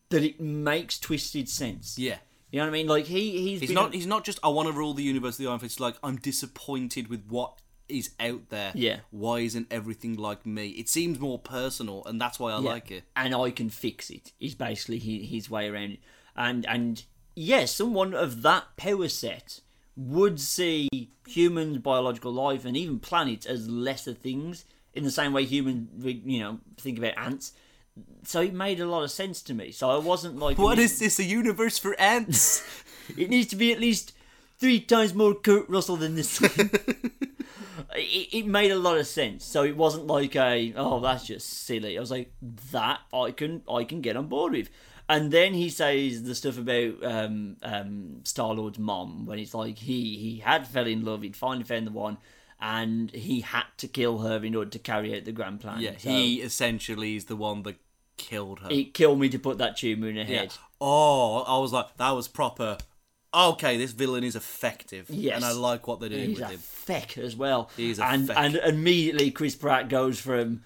[SPEAKER 2] that it makes twisted sense.
[SPEAKER 1] Yeah.
[SPEAKER 2] You know what I mean? Like he he's,
[SPEAKER 1] He's
[SPEAKER 2] been-
[SPEAKER 1] not. He's not just. I want to rule the universe. With the Iron Fist. It's like I'm disappointed with what is out there.
[SPEAKER 2] Yeah.
[SPEAKER 1] Why isn't everything like me? It seems more personal, and that's why I like it.
[SPEAKER 2] and I can fix it. Is basically his, his way around it. And and yes, someone of that power set would see humans, biological life, and even planets as lesser things in the same way humans, you know, think about ants. So it made a lot of sense to me. So I wasn't like,
[SPEAKER 1] What is this? A universe for ants?
[SPEAKER 2] It needs to be at least three times more Kurt Russell than this. it, it made a lot of sense, so it wasn't like a oh that's just silly. I was like that I can I can get on board with. And then he says the stuff about um, um, Star Lord's mom when it's like he he had fell in love, he'd finally found the one, and he had to kill her in order to carry out the grand plan.
[SPEAKER 1] yeah.
[SPEAKER 2] So
[SPEAKER 1] He essentially is the one that killed her.
[SPEAKER 2] it killed me to put that tumor in her
[SPEAKER 1] Yeah.
[SPEAKER 2] head.
[SPEAKER 1] Oh, I was like, that was proper. Okay, this villain is effective.
[SPEAKER 2] Yes.
[SPEAKER 1] And I like what they're doing
[SPEAKER 2] He's
[SPEAKER 1] with
[SPEAKER 2] a
[SPEAKER 1] him.
[SPEAKER 2] feck as well.
[SPEAKER 1] He's a
[SPEAKER 2] and
[SPEAKER 1] feck.
[SPEAKER 2] and immediately Chris Pratt goes from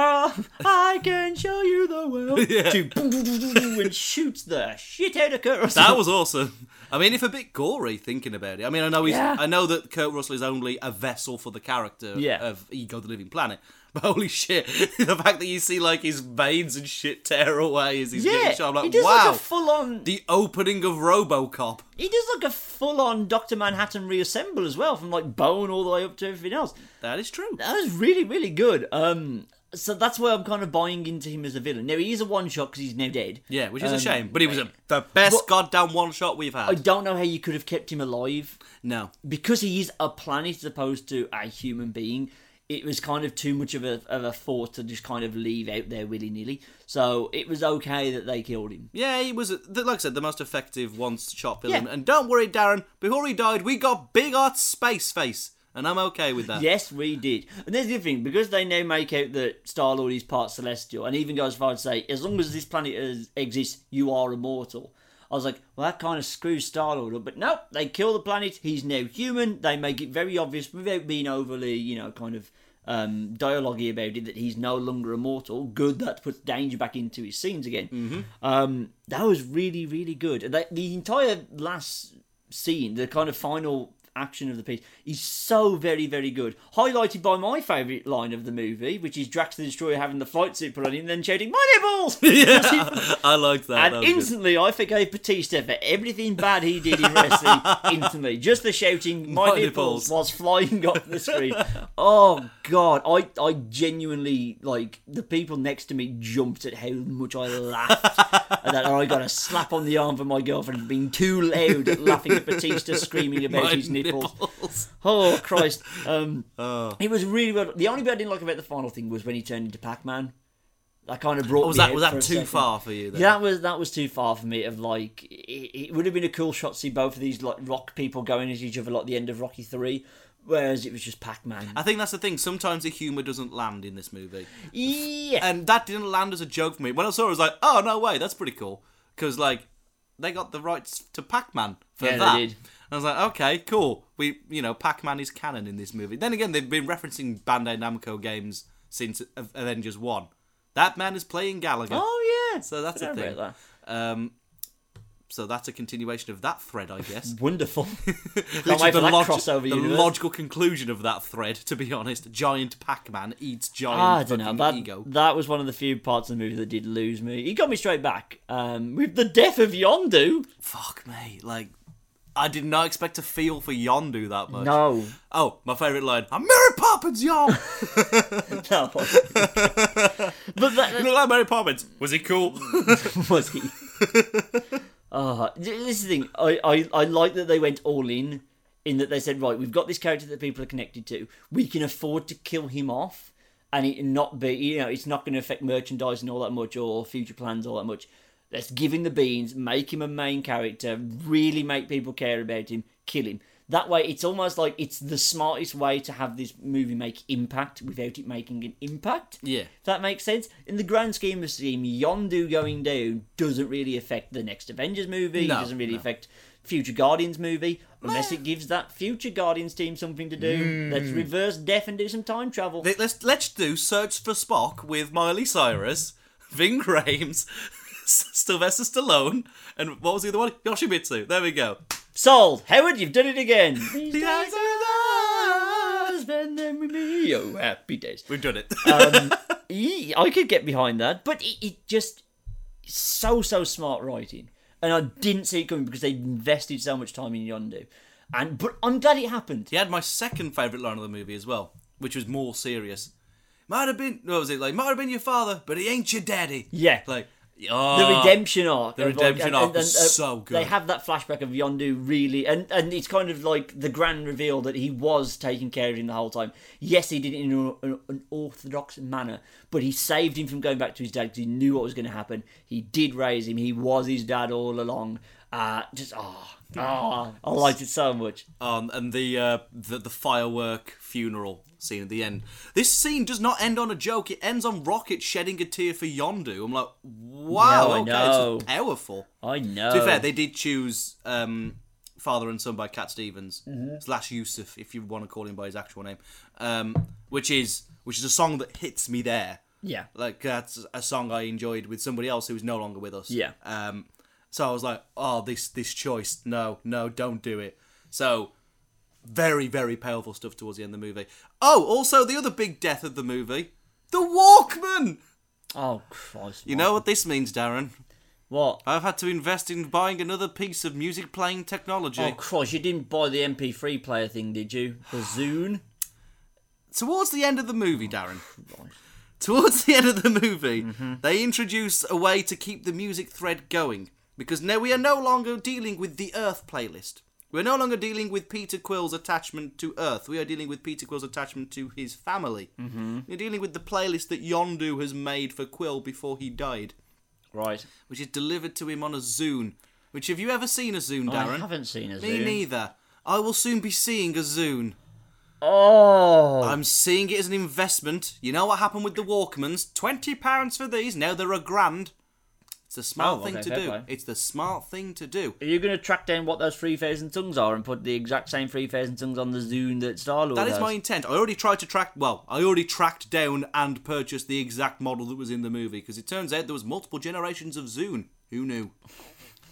[SPEAKER 2] Oh, I can show you the world to boom, boom, boom, boom, boom, and shoots the shit out of Kurt Russell.
[SPEAKER 1] That was awesome. I mean, if a bit gory, thinking about it. I mean, I know he's,
[SPEAKER 2] Yeah.
[SPEAKER 1] I know that Kurt Russell is only a vessel for the character
[SPEAKER 2] Yeah.
[SPEAKER 1] of Ego the Living Planet. But holy shit, the fact that you see like his veins and shit tear away as he's
[SPEAKER 2] yeah,
[SPEAKER 1] getting shot, I'm like,
[SPEAKER 2] he does
[SPEAKER 1] wow.
[SPEAKER 2] like a full on.
[SPEAKER 1] the opening of RoboCop.
[SPEAKER 2] He does like a full on Doctor Manhattan reassemble as well, from like bone all the way up to everything else.
[SPEAKER 1] That is true.
[SPEAKER 2] That was really really good. Um, so that's why I'm kind of buying into him as a villain. Now he is a one shot because he's now dead.
[SPEAKER 1] Yeah, which is a
[SPEAKER 2] Um,
[SPEAKER 1] shame. But it was a, the best goddamn one shot we've had.
[SPEAKER 2] I don't know how you could have kept him alive
[SPEAKER 1] no.
[SPEAKER 2] because he is a planet as opposed to a human being, it was kind of too much of a of a force to just kind of leave out there willy nilly. So it was okay that they killed him.
[SPEAKER 1] Yeah, he was, the- like I said, the most effective once shot villain.
[SPEAKER 2] Yeah.
[SPEAKER 1] And don't worry, Darren, before he died, we got Big Art Space Face, and I'm okay with that.
[SPEAKER 2] Yes, we did. And there's the other thing because they now make out that Star Lord is part celestial, and even goes as far as to say, as long as this planet is, exists, you are immortal. I was like, well, that kind of screws Star Lord up. But nope, they kill the planet. He's now human. They make it very obvious without being overly, you know, kind of um, dialogue about it that he's no longer immortal. Good, that puts danger back into his scenes again. Um, that was really, really good. And that, the entire last scene, the kind of final action of the piece, is so very, very good. Highlighted by my favourite line of the movie, which is Drax the Destroyer having the flight suit put on him and then shouting, My nipples!
[SPEAKER 1] Yeah, I like that. that
[SPEAKER 2] And
[SPEAKER 1] was good.
[SPEAKER 2] instantly, I forgave Batista for everything bad he did in wrestling. instantly, just the shouting "my,
[SPEAKER 1] My
[SPEAKER 2] nipples.
[SPEAKER 1] nipples.
[SPEAKER 2] was flying off the screen. oh god, I I genuinely like the people next to me jumped at how much I laughed at that, and I got a slap on the arm from my girlfriend for being too loud at laughing at Batista screaming about
[SPEAKER 1] My
[SPEAKER 2] his nipples.
[SPEAKER 1] nipples. Oh.
[SPEAKER 2] Oh Christ! Um, It was really well. The only bit I didn't like about the final thing was when he turned into Pac-Man. That kind of brought.
[SPEAKER 1] Oh, Was
[SPEAKER 2] me
[SPEAKER 1] that
[SPEAKER 2] out
[SPEAKER 1] was
[SPEAKER 2] for
[SPEAKER 1] that
[SPEAKER 2] a
[SPEAKER 1] too
[SPEAKER 2] second.
[SPEAKER 1] far for you? Then?
[SPEAKER 2] Yeah, that was that was too far for me. Of like, it, it would have been a cool shot to see both of these like rock people going at each other like the end of Rocky Three, whereas it was just Pac Man.
[SPEAKER 1] I think that's the thing. Sometimes the humour doesn't land in this movie,
[SPEAKER 2] Yeah,
[SPEAKER 1] and that didn't land as a joke for me. When I saw, it, I was like, "Oh no way, that's pretty cool," because like they got the rights to Pac-Man for
[SPEAKER 2] Yeah, they
[SPEAKER 1] that.
[SPEAKER 2] did.
[SPEAKER 1] And I was like, "Okay, cool. We, you know, Pac-Man is canon in this movie." Then again, they've been referencing Bandai Namco games since A- Avengers One. That man is playing Gallagher.
[SPEAKER 2] oh yeah.
[SPEAKER 1] So that's
[SPEAKER 2] I
[SPEAKER 1] a
[SPEAKER 2] don't know
[SPEAKER 1] thing.
[SPEAKER 2] about
[SPEAKER 1] Um, so that's a continuation of that thread, I guess.
[SPEAKER 2] that. Wonderful. Can't
[SPEAKER 1] Literally
[SPEAKER 2] wait for that
[SPEAKER 1] log-
[SPEAKER 2] crossover
[SPEAKER 1] the
[SPEAKER 2] universe.
[SPEAKER 1] logical conclusion of that thread, to be honest, giant Pac-Man eats giant
[SPEAKER 2] Ah, I don't know.
[SPEAKER 1] fucking
[SPEAKER 2] That,
[SPEAKER 1] ego.
[SPEAKER 2] that was one of the few parts of the movie that did lose me. He got me straight back um, with the death of Yondu.
[SPEAKER 1] Fuck me, like I did not expect to feel for Yondu that much.
[SPEAKER 2] No,
[SPEAKER 1] Oh, my favourite line: "I'm Mary Poppins, y'all.
[SPEAKER 2] no. but that,
[SPEAKER 1] Look like Mary Poppins. Was he cool?
[SPEAKER 2] was he? Ah, this is the thing. I, I, I like that they went all in, in that they said, right, we've got this character that people are connected to. We can afford to kill him off, and it not be, you know, it's not going to affect merchandising all that much or future plans all that much. Let's give him the beans, make him a main character, really make people care about him, kill him. That way, it's almost like it's the smartest way to have this movie make impact without it making an impact.
[SPEAKER 1] yeah,
[SPEAKER 2] If that makes sense. In the grand scheme of scheme, Yondu going down doesn't really affect the next Avengers movie.
[SPEAKER 1] No,
[SPEAKER 2] it doesn't really
[SPEAKER 1] no.
[SPEAKER 2] affect future Guardians movie. Unless it gives that future Guardians team something to do. Let's reverse death and do some time travel.
[SPEAKER 1] Let- let's let's do Search for Spock with Miley Cyrus, Ving Rhames, Sylvester Stallone, and what was the other one? Yoshimitsu. There we go.
[SPEAKER 2] Sold! Howard, you've done it again!
[SPEAKER 1] The eyes of us.
[SPEAKER 2] Spend them with me, oh happy days.
[SPEAKER 1] We've done it.
[SPEAKER 2] Uh, Ye- I could get behind that, but it, it just so so smart writing, and I didn't see it coming because they invested so much time in Yondu, and but I'm glad it happened.
[SPEAKER 1] He had my second favourite line of the movie as well, which was more serious. Might have been what was it like? Might have been your father, but he ain't your daddy.
[SPEAKER 2] Yeah.
[SPEAKER 1] Like
[SPEAKER 2] the
[SPEAKER 1] oh,
[SPEAKER 2] redemption arc. The
[SPEAKER 1] redemption arc was so good.
[SPEAKER 2] uh, They have that flashback of Yondu really, and and it's kind of like the grand reveal that he was taking care of him the whole time. Yes, he did it in a- an, an orthodox manner, but he saved him from going back to his dad because he knew what was going to happen. He did raise him. He was his dad all along. Uh, just ah, ah, I liked it so much.
[SPEAKER 1] um, and the, uh, the the firework funeral scene at the end. This scene does not end on a joke. It ends on Rocket shedding a tear for Yondu. I'm like, wow,
[SPEAKER 2] No, I
[SPEAKER 1] okay,
[SPEAKER 2] know.
[SPEAKER 1] it's powerful.
[SPEAKER 2] I know.
[SPEAKER 1] To be fair, they did choose um, Father and Son by Cat Stevens
[SPEAKER 2] Mm-hmm.
[SPEAKER 1] slash Yusuf, if you want to call him by his actual name, um, which is which is a song that hits me there.
[SPEAKER 2] yeah,
[SPEAKER 1] like that's a song I enjoyed with somebody else who was no longer with us.
[SPEAKER 2] Yeah.
[SPEAKER 1] Um. So I was like, oh, this this choice, no, no, don't do it. So very very powerful stuff towards the end of the movie. Oh, also the other big death of the movie, the Walkman.
[SPEAKER 2] oh Christ,
[SPEAKER 1] You know Uh, what this means, Darren?
[SPEAKER 2] what?
[SPEAKER 1] I've had to invest in buying another piece of music playing technology.
[SPEAKER 2] Oh Christ, you didn't buy the MP3 player thing, did you? The Zune.
[SPEAKER 1] towards the end of the
[SPEAKER 2] Oh,
[SPEAKER 1] movie, Darren. Towards the end of the movie,
[SPEAKER 2] Mm-hmm.
[SPEAKER 1] they introduce a way to keep the music thread going because now we are no longer dealing with the Earth playlist. We're no longer dealing with Peter Quill's attachment to Earth. We are dealing with Peter Quill's attachment to his family. Mm-hmm. We're dealing with the playlist that Yondu has made for Quill before he died,
[SPEAKER 2] Right.
[SPEAKER 1] which is delivered to him on a Zune. Which have you ever seen a Zune, Darren?
[SPEAKER 2] I haven't seen a
[SPEAKER 1] Me
[SPEAKER 2] Zune.
[SPEAKER 1] neither. I will soon be seeing a Zune.
[SPEAKER 2] Oh.
[SPEAKER 1] I'm seeing it as an investment. You know what happened with the Walkmans? Twenty pounds for these. Now they're a grand. It's the smart
[SPEAKER 2] Oh,
[SPEAKER 1] thing
[SPEAKER 2] okay,
[SPEAKER 1] to
[SPEAKER 2] fair
[SPEAKER 1] do.
[SPEAKER 2] play.
[SPEAKER 1] It's the smart thing to do.
[SPEAKER 2] Are you going to track down what those three phares and tongues are and put the exact same three phares and tongues on the Zune that Star Lord
[SPEAKER 1] That
[SPEAKER 2] has?
[SPEAKER 1] is my intent. I already tried to track. Well, I already tracked down and purchased the exact model that was in the movie because it turns out there was multiple generations of Zune. Who knew?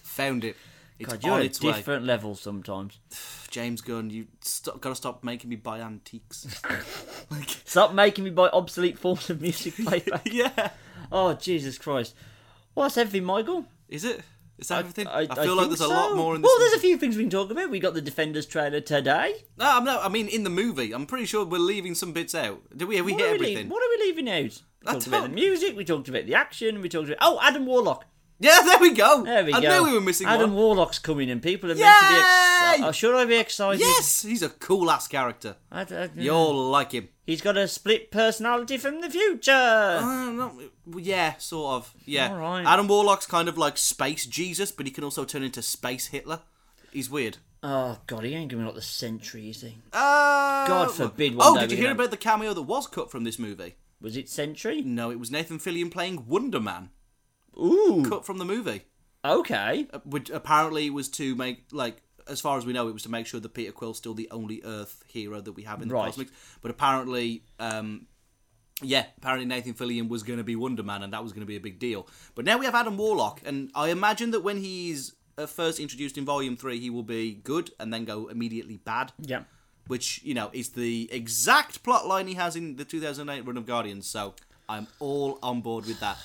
[SPEAKER 1] Found it. It's
[SPEAKER 2] God, you're
[SPEAKER 1] on
[SPEAKER 2] at
[SPEAKER 1] its way.
[SPEAKER 2] different levels sometimes.
[SPEAKER 1] James Gunn, you st- gotta stop making me buy antiques. like,
[SPEAKER 2] Stop making me buy obsolete forms of music playback.
[SPEAKER 1] yeah.
[SPEAKER 2] oh, Jesus Christ. Well, that's everything, Michael.
[SPEAKER 1] Is it? Is that everything?
[SPEAKER 2] I,
[SPEAKER 1] I, feel like
[SPEAKER 2] think
[SPEAKER 1] there's a lot
[SPEAKER 2] so.
[SPEAKER 1] more in this.
[SPEAKER 2] Well, there's a few things we can talk about. We got the Defenders trailer today.
[SPEAKER 1] No, I'm not. I mean, in the movie, I'm pretty sure we're leaving some bits out. Do we? Have we
[SPEAKER 2] What
[SPEAKER 1] hit
[SPEAKER 2] are we,
[SPEAKER 1] everything?
[SPEAKER 2] leaving, what are we leaving out? We
[SPEAKER 1] I
[SPEAKER 2] talked about the
[SPEAKER 1] don't-
[SPEAKER 2] music, we talked about the action, we talked about. Oh, Adam Warlock.
[SPEAKER 1] Yeah, there we go.
[SPEAKER 2] There we
[SPEAKER 1] I
[SPEAKER 2] go.
[SPEAKER 1] knew we were missing
[SPEAKER 2] Adam
[SPEAKER 1] one.
[SPEAKER 2] Warlock's coming and people are meant to be. Ex-
[SPEAKER 1] Yay!
[SPEAKER 2] uh, should I be excited?
[SPEAKER 1] Yes, he's a cool ass character.
[SPEAKER 2] I d- I-
[SPEAKER 1] You'll like him.
[SPEAKER 2] He's got a split personality from the future.
[SPEAKER 1] Uh, no, well, yeah, sort of. Yeah.
[SPEAKER 2] All right.
[SPEAKER 1] Adam Warlock's kind of like space Jesus, but he can also turn into space Hitler. He's weird.
[SPEAKER 2] oh god, he ain't giving up the century, is he?
[SPEAKER 1] Uh,
[SPEAKER 2] God forbid one
[SPEAKER 1] Oh,
[SPEAKER 2] day
[SPEAKER 1] did you
[SPEAKER 2] we
[SPEAKER 1] hear
[SPEAKER 2] don't-
[SPEAKER 1] about the cameo that was cut from this movie?
[SPEAKER 2] Was it century?
[SPEAKER 1] No, it was Nathan Fillion playing Wonder Man,
[SPEAKER 2] Ooh.
[SPEAKER 1] cut from the movie.
[SPEAKER 2] Okay.
[SPEAKER 1] which apparently was to make like as far as we know it was to make sure that peter quill's still the only earth hero that we have in the
[SPEAKER 2] Right.
[SPEAKER 1] cosmics but apparently um yeah apparently nathan fillion was going to be wonder man and that was going to be a big deal but now we have adam warlock and i imagine that when he's uh, first introduced in volume 3 he will be good and then go immediately bad
[SPEAKER 2] Yeah.
[SPEAKER 1] which you know is the exact plot line he has in the 2008 run of guardians so i'm all on board with that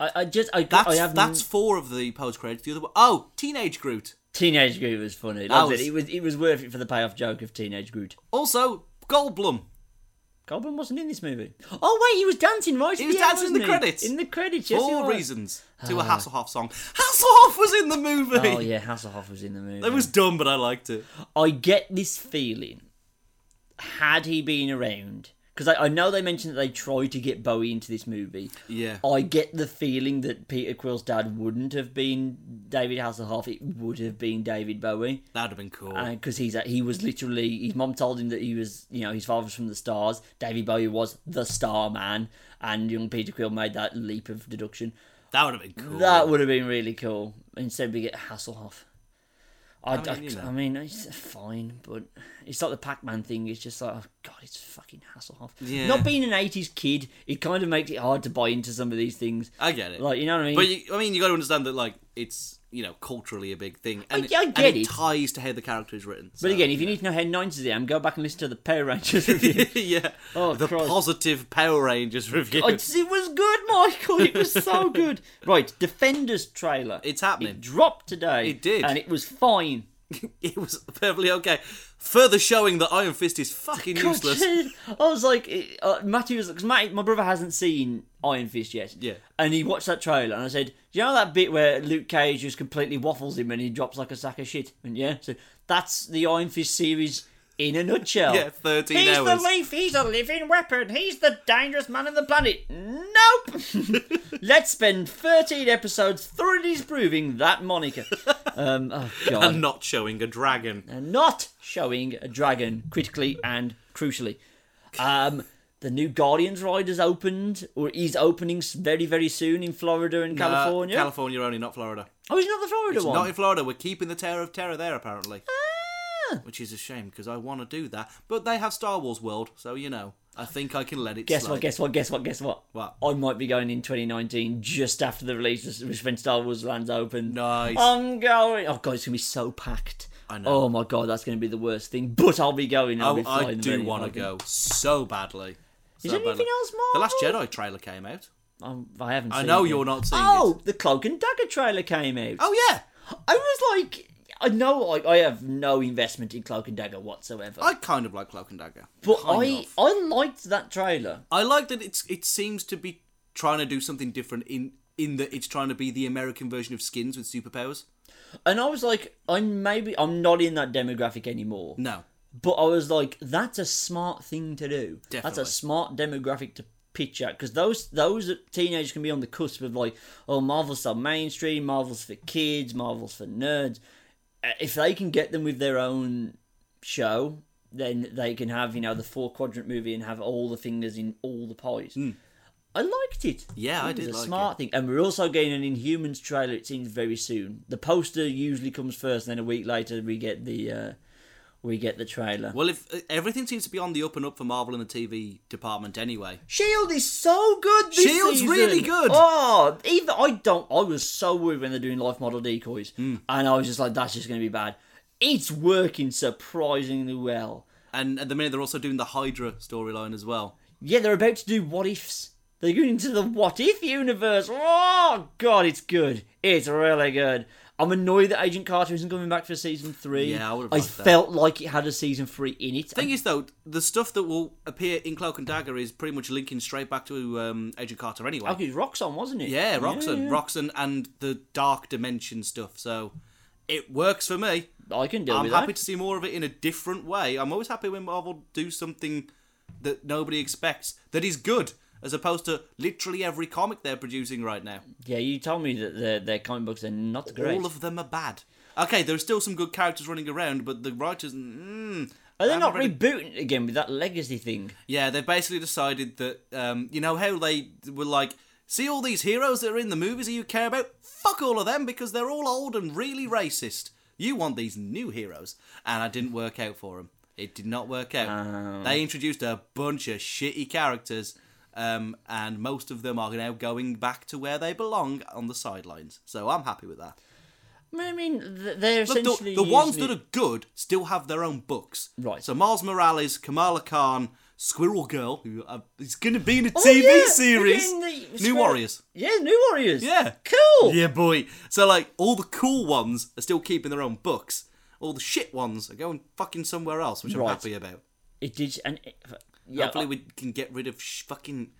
[SPEAKER 2] I, I just I,
[SPEAKER 1] that's
[SPEAKER 2] I have
[SPEAKER 1] that's four of the post credits the other one oh teenage groot
[SPEAKER 2] Teenage Groot was funny. Like I
[SPEAKER 1] was-
[SPEAKER 2] said, it was it was worth it for the payoff joke of Teenage Groot.
[SPEAKER 1] Also, Goldblum.
[SPEAKER 2] Goblin wasn't in this movie. Oh wait, he was dancing right. He
[SPEAKER 1] was dancing in the credits.
[SPEAKER 2] In the credits, yes, he
[SPEAKER 1] Four
[SPEAKER 2] was.
[SPEAKER 1] reasons to a Hasselhoff song. Hasselhoff was in the movie.
[SPEAKER 2] Oh yeah, Hasselhoff was in the movie.
[SPEAKER 1] It was dumb, but I liked it.
[SPEAKER 2] I get this feeling. Had he been around, because I, I know they mentioned that they tried to get Bowie into this movie.
[SPEAKER 1] Yeah.
[SPEAKER 2] I get the feeling that Peter Quill's dad wouldn't have been David Hasselhoff. It would have been David Bowie
[SPEAKER 1] That'd have been cool.
[SPEAKER 2] because he's a, he was literally his mom told him that he was you know his father's from the stars. David Bowie was the star man, and young Peter Quill made that leap of deduction.
[SPEAKER 1] that would have been cool.
[SPEAKER 2] That would have been really cool. Instead, we get Hasselhoff. I, I, I
[SPEAKER 1] mean,
[SPEAKER 2] mean,
[SPEAKER 1] you know.
[SPEAKER 2] it's fine, but it's like the Pac-Man thing. It's just like, oh god, it's fucking Hasselhoff.
[SPEAKER 1] Yeah.
[SPEAKER 2] Not being an '80s kid, it kind of makes it hard to buy into some of these things.
[SPEAKER 1] I get it.
[SPEAKER 2] Like, you know what I mean?
[SPEAKER 1] but you, I mean, you got to understand that, like, it's you know culturally a big thing, and,
[SPEAKER 2] I
[SPEAKER 1] and
[SPEAKER 2] get
[SPEAKER 1] it
[SPEAKER 2] it.
[SPEAKER 1] ties to how the character is written.
[SPEAKER 2] but
[SPEAKER 1] so-
[SPEAKER 2] again, if you need to know how '90s I am, go back and listen to the Power Rangers review.
[SPEAKER 1] yeah,
[SPEAKER 2] Oh,
[SPEAKER 1] the
[SPEAKER 2] Christ.
[SPEAKER 1] positive Power Rangers review.
[SPEAKER 2] I just- Oh, it was good, Michael. It was so good. Right, Defenders trailer.
[SPEAKER 1] It's happening.
[SPEAKER 2] It dropped today.
[SPEAKER 1] It did.
[SPEAKER 2] and it was fine.
[SPEAKER 1] It was perfectly okay. Further showing that Iron Fist is fucking useless.
[SPEAKER 2] I was like, it- uh, Matthew was because Matt, my brother hasn't seen Iron Fist yet.
[SPEAKER 1] Yeah.
[SPEAKER 2] And he watched that trailer, and I said, "Do you know that bit where Luke Cage just completely waffles him and he drops like a sack of shit?" And yeah, so that's the Iron Fist series in a nutshell.
[SPEAKER 1] Yeah, 13
[SPEAKER 2] he's
[SPEAKER 1] hours.
[SPEAKER 2] the leaf. He's a living weapon. He's the dangerous man on the planet. Nope. Let's spend 13 episodes thoroughly disproving that moniker. um, oh god
[SPEAKER 1] and not showing a dragon.
[SPEAKER 2] and not showing a dragon critically and crucially. Um, the new Guardians ride has opened or is opening s- very very soon in Florida and
[SPEAKER 1] Uh,
[SPEAKER 2] California.
[SPEAKER 1] California only, not Florida.
[SPEAKER 2] oh, it's not the Florida
[SPEAKER 1] It's
[SPEAKER 2] one.
[SPEAKER 1] not in Florida. We're keeping the Tower of Terror there, apparently.
[SPEAKER 2] Ah!
[SPEAKER 1] Which is a shame because I want to do that. But they have Star Wars World, so you know, I think I can let it
[SPEAKER 2] guess
[SPEAKER 1] slide.
[SPEAKER 2] what? Guess what? Guess what? Guess what?
[SPEAKER 1] What?
[SPEAKER 2] I might be going in 2019 just after the release, of- which when Star Wars lands open.
[SPEAKER 1] Nice.
[SPEAKER 2] I'm going. Oh god, it's gonna be so packed.
[SPEAKER 1] I know.
[SPEAKER 2] Oh my god, that's gonna be the worst thing. But I'll be going. I'll
[SPEAKER 1] Oh,
[SPEAKER 2] be
[SPEAKER 1] I
[SPEAKER 2] flying
[SPEAKER 1] do
[SPEAKER 2] very
[SPEAKER 1] want to
[SPEAKER 2] hard.
[SPEAKER 1] go so badly.
[SPEAKER 2] Is
[SPEAKER 1] So
[SPEAKER 2] there anything
[SPEAKER 1] badly.
[SPEAKER 2] else,
[SPEAKER 1] The
[SPEAKER 2] Marvel?
[SPEAKER 1] Last Jedi trailer came out.
[SPEAKER 2] I'm, I haven't.
[SPEAKER 1] I
[SPEAKER 2] seen
[SPEAKER 1] know
[SPEAKER 2] it yet.
[SPEAKER 1] you're not seeing it.
[SPEAKER 2] Oh, the Cloak and Dagger trailer came out.
[SPEAKER 1] Oh yeah,
[SPEAKER 2] I was like, I know like, I have no investment in Cloak and Dagger whatsoever.
[SPEAKER 1] I kind of like Cloak and Dagger,
[SPEAKER 2] but
[SPEAKER 1] Kind
[SPEAKER 2] I,
[SPEAKER 1] of.
[SPEAKER 2] I liked that trailer.
[SPEAKER 1] I like that it's it seems to be trying to do something different in in that it's trying to be the American version of Skins with superpowers.
[SPEAKER 2] And I was like, I'm maybe I'm not in that demographic anymore.
[SPEAKER 1] No,
[SPEAKER 2] But I was like, that's a smart thing to do. That's
[SPEAKER 1] Definitely.
[SPEAKER 2] a smart demographic to pitch at because those those teenagers can be on the cusp of like, oh, Marvel's so mainstream, Marvel's for kids, Marvel's for nerds. Uh, If they can get them with their own show, then they can have you know the four quadrant movie and have all the fingers in all the pies. I liked it.
[SPEAKER 1] Yeah, I
[SPEAKER 2] It was
[SPEAKER 1] did
[SPEAKER 2] A
[SPEAKER 1] like
[SPEAKER 2] smart thing, and we're also getting an Inhumans trailer. It seems very soon. The poster usually comes first, and then a week later we get the uh, we get the trailer.
[SPEAKER 1] well, if uh, everything seems to be on the up and up for Marvel in the TV department anyway.
[SPEAKER 2] Shield is so good. This
[SPEAKER 1] Shield's
[SPEAKER 2] season.
[SPEAKER 1] really good.
[SPEAKER 2] Oh, even I don't. I was so worried when they're doing life model decoys,
[SPEAKER 1] Hmm.
[SPEAKER 2] and I was just like, "That's just going to be bad." It's working surprisingly well.
[SPEAKER 1] And at the minute, they're also doing the Hydra storyline as well.
[SPEAKER 2] Yeah, they're about to do what ifs. They're going into the what if universe. Oh god, it's good. It's really good. I'm annoyed that Agent Carter isn't coming back for season three.
[SPEAKER 1] Yeah, I would've
[SPEAKER 2] I
[SPEAKER 1] liked that.
[SPEAKER 2] felt like it had a season three in it.
[SPEAKER 1] Thing is, though, the stuff that will appear in Cloak and Dagger is pretty much linking straight back to um, Agent Carter anyway.
[SPEAKER 2] I think it was Roxxon, wasn't it?
[SPEAKER 1] Yeah, Roxon, Roxon, and the Dark Dimension stuff. So it works for me.
[SPEAKER 2] I can deal
[SPEAKER 1] I'm
[SPEAKER 2] with
[SPEAKER 1] happy
[SPEAKER 2] that.
[SPEAKER 1] to see more of it in a different way. I'm always happy when Marvel do something that nobody expects that is good, as opposed to literally every comic they're producing right now.
[SPEAKER 2] Yeah, you told me that their, their comic books are not great.
[SPEAKER 1] All of them are bad. Okay, there are still some good characters running around, but the writers, mm,
[SPEAKER 2] Are they
[SPEAKER 1] I'm
[SPEAKER 2] not
[SPEAKER 1] ready-
[SPEAKER 2] rebooting it again with that legacy thing?
[SPEAKER 1] yeah, they've basically decided that um, you know how they were like. See all these heroes that are in the movies that you care about? Fuck all of them because they're all old and really racist. You want these new heroes. And I didn't work out for them. It did not work out. They introduced a bunch of shitty characters, um, and most of them are now going back to where they belong on the sidelines. So I'm happy with that.
[SPEAKER 2] I mean, I mean, th- they're
[SPEAKER 1] Look,
[SPEAKER 2] essentially
[SPEAKER 1] the, the ones
[SPEAKER 2] using
[SPEAKER 1] that
[SPEAKER 2] it-
[SPEAKER 1] are good still have their own books.
[SPEAKER 2] Right.
[SPEAKER 1] So Miles Morales, Kamala Khan, Squirrel Girl, who uh, is going to be in a
[SPEAKER 2] Oh,
[SPEAKER 1] TV
[SPEAKER 2] yeah, we're
[SPEAKER 1] series,
[SPEAKER 2] getting the
[SPEAKER 1] New
[SPEAKER 2] Squirrel-
[SPEAKER 1] Warriors.
[SPEAKER 2] Yeah, New Warriors.
[SPEAKER 1] Yeah.
[SPEAKER 2] cool.
[SPEAKER 1] Yeah, boy. So like all the cool ones are still keeping their own books. All the shit ones are going fucking somewhere else, which
[SPEAKER 2] Right.
[SPEAKER 1] I'm happy about.
[SPEAKER 2] It did, and it, yeah,
[SPEAKER 1] Hopefully, we can get rid of sh- fucking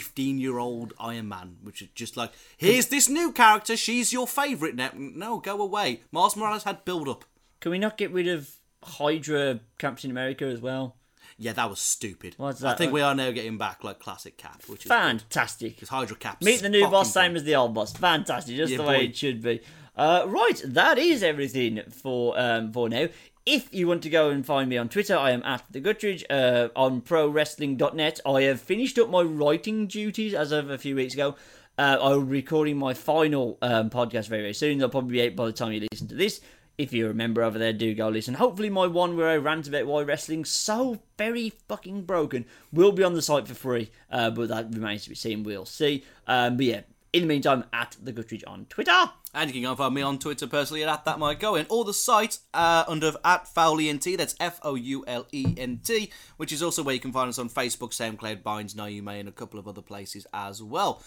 [SPEAKER 1] fifteen-year-old Iron Man, which is just like, here's this new character. She's your favorite now. No, go away. Miles Morales had build-up.
[SPEAKER 2] Can we not get rid of Hydra Captain America as well?
[SPEAKER 1] Yeah, that was stupid.
[SPEAKER 2] What's
[SPEAKER 1] I
[SPEAKER 2] that? Uh,
[SPEAKER 1] think we are now getting back like classic Cap, which is
[SPEAKER 2] Fantastic.
[SPEAKER 1] is Hydra Cap.
[SPEAKER 2] Meet the new boss, same as the old boss. Fantastic, just
[SPEAKER 1] Yeah,
[SPEAKER 2] the way
[SPEAKER 1] boy.
[SPEAKER 2] it should be. Uh, right, that is everything for um, for now. If you want to go and find me on Twitter, I am at the Guttridge uh, on ProWrestling.net. I have finished up my writing duties as of a few weeks ago. Uh, I'm recording my final um, podcast very very soon. They'll probably be out by the time you listen to this. If you're a member over there, do go listen. Hopefully, my one where I rant about why wrestling's so very fucking broken will be on the site for free, uh, but that remains to be seen. We'll see. Um, but yeah, in the meantime, at the Guttridge on Twitter.
[SPEAKER 1] And you can go and find me on Twitter personally at that might go in, or the site uh, under at fouleent. That's F O U L E N T, which is also where you can find us on Facebook, SoundCloud, Binds, Now You May, and a couple of other places as well.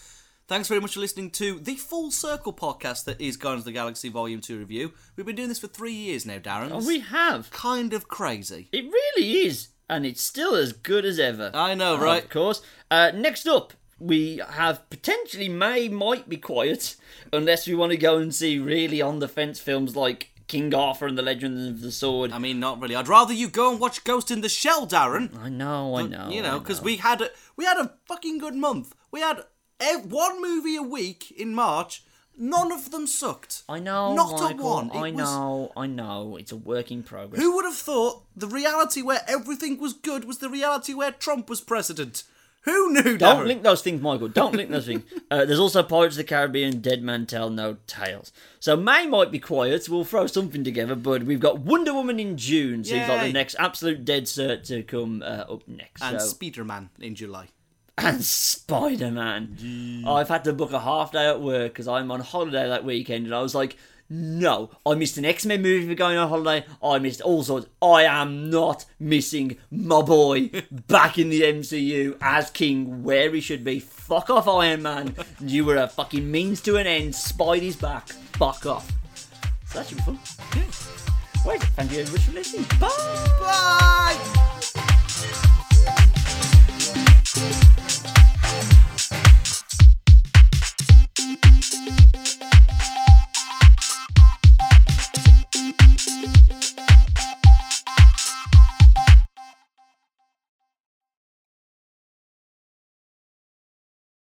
[SPEAKER 1] Thanks very much for listening to the Full Circle podcast that is Guardians of the Galaxy Volume Two review. We've been doing this for three years now, Darren. It's
[SPEAKER 2] We have.
[SPEAKER 1] kind of crazy.
[SPEAKER 2] It really is, and it's still as good as ever.
[SPEAKER 1] I know, right?
[SPEAKER 2] Of course. Uh, next up, we have potentially may might be quiet, unless we want to go and see really on the fence films like King Arthur and the Legend of the Sword.
[SPEAKER 1] I mean, not really. I'd rather you go and watch Ghost in the Shell, Darren.
[SPEAKER 2] I know, I know.
[SPEAKER 1] you
[SPEAKER 2] I
[SPEAKER 1] know, because we had a, we had a fucking good month. We had ev- one movie a week in March. None of them sucked.
[SPEAKER 2] I know,
[SPEAKER 1] not
[SPEAKER 2] Michael,
[SPEAKER 1] a one. It
[SPEAKER 2] I
[SPEAKER 1] was-
[SPEAKER 2] know, I know. It's a work in progress.
[SPEAKER 1] who would have thought the reality where everything was good was the reality where Trump was president? Who knew?
[SPEAKER 2] Don't
[SPEAKER 1] Darren?
[SPEAKER 2] link those things, Michael. Don't link those things. Uh, there's also Pirates of the Caribbean, Dead Man Tell No Tales. So May might be quiet. We'll throw something together, but we've got Wonder Woman in June. Seems like
[SPEAKER 1] Yay.
[SPEAKER 2] the next absolute dead cert to come uh, up next.
[SPEAKER 1] and
[SPEAKER 2] so-
[SPEAKER 1] Spider-Man in July.
[SPEAKER 2] and Spider Man. I've had to book a half day at work because I'm on holiday that weekend, and I was like, no, I missed an X Men movie for going on holiday. I missed all sorts. I am not missing my boy back in the MCU as King where he should be. Fuck off, Iron Man. You were a fucking means to an end. Spidey's back. Fuck off. So that should be fun. Right, thank you very much for listening. Bye.
[SPEAKER 1] Bye.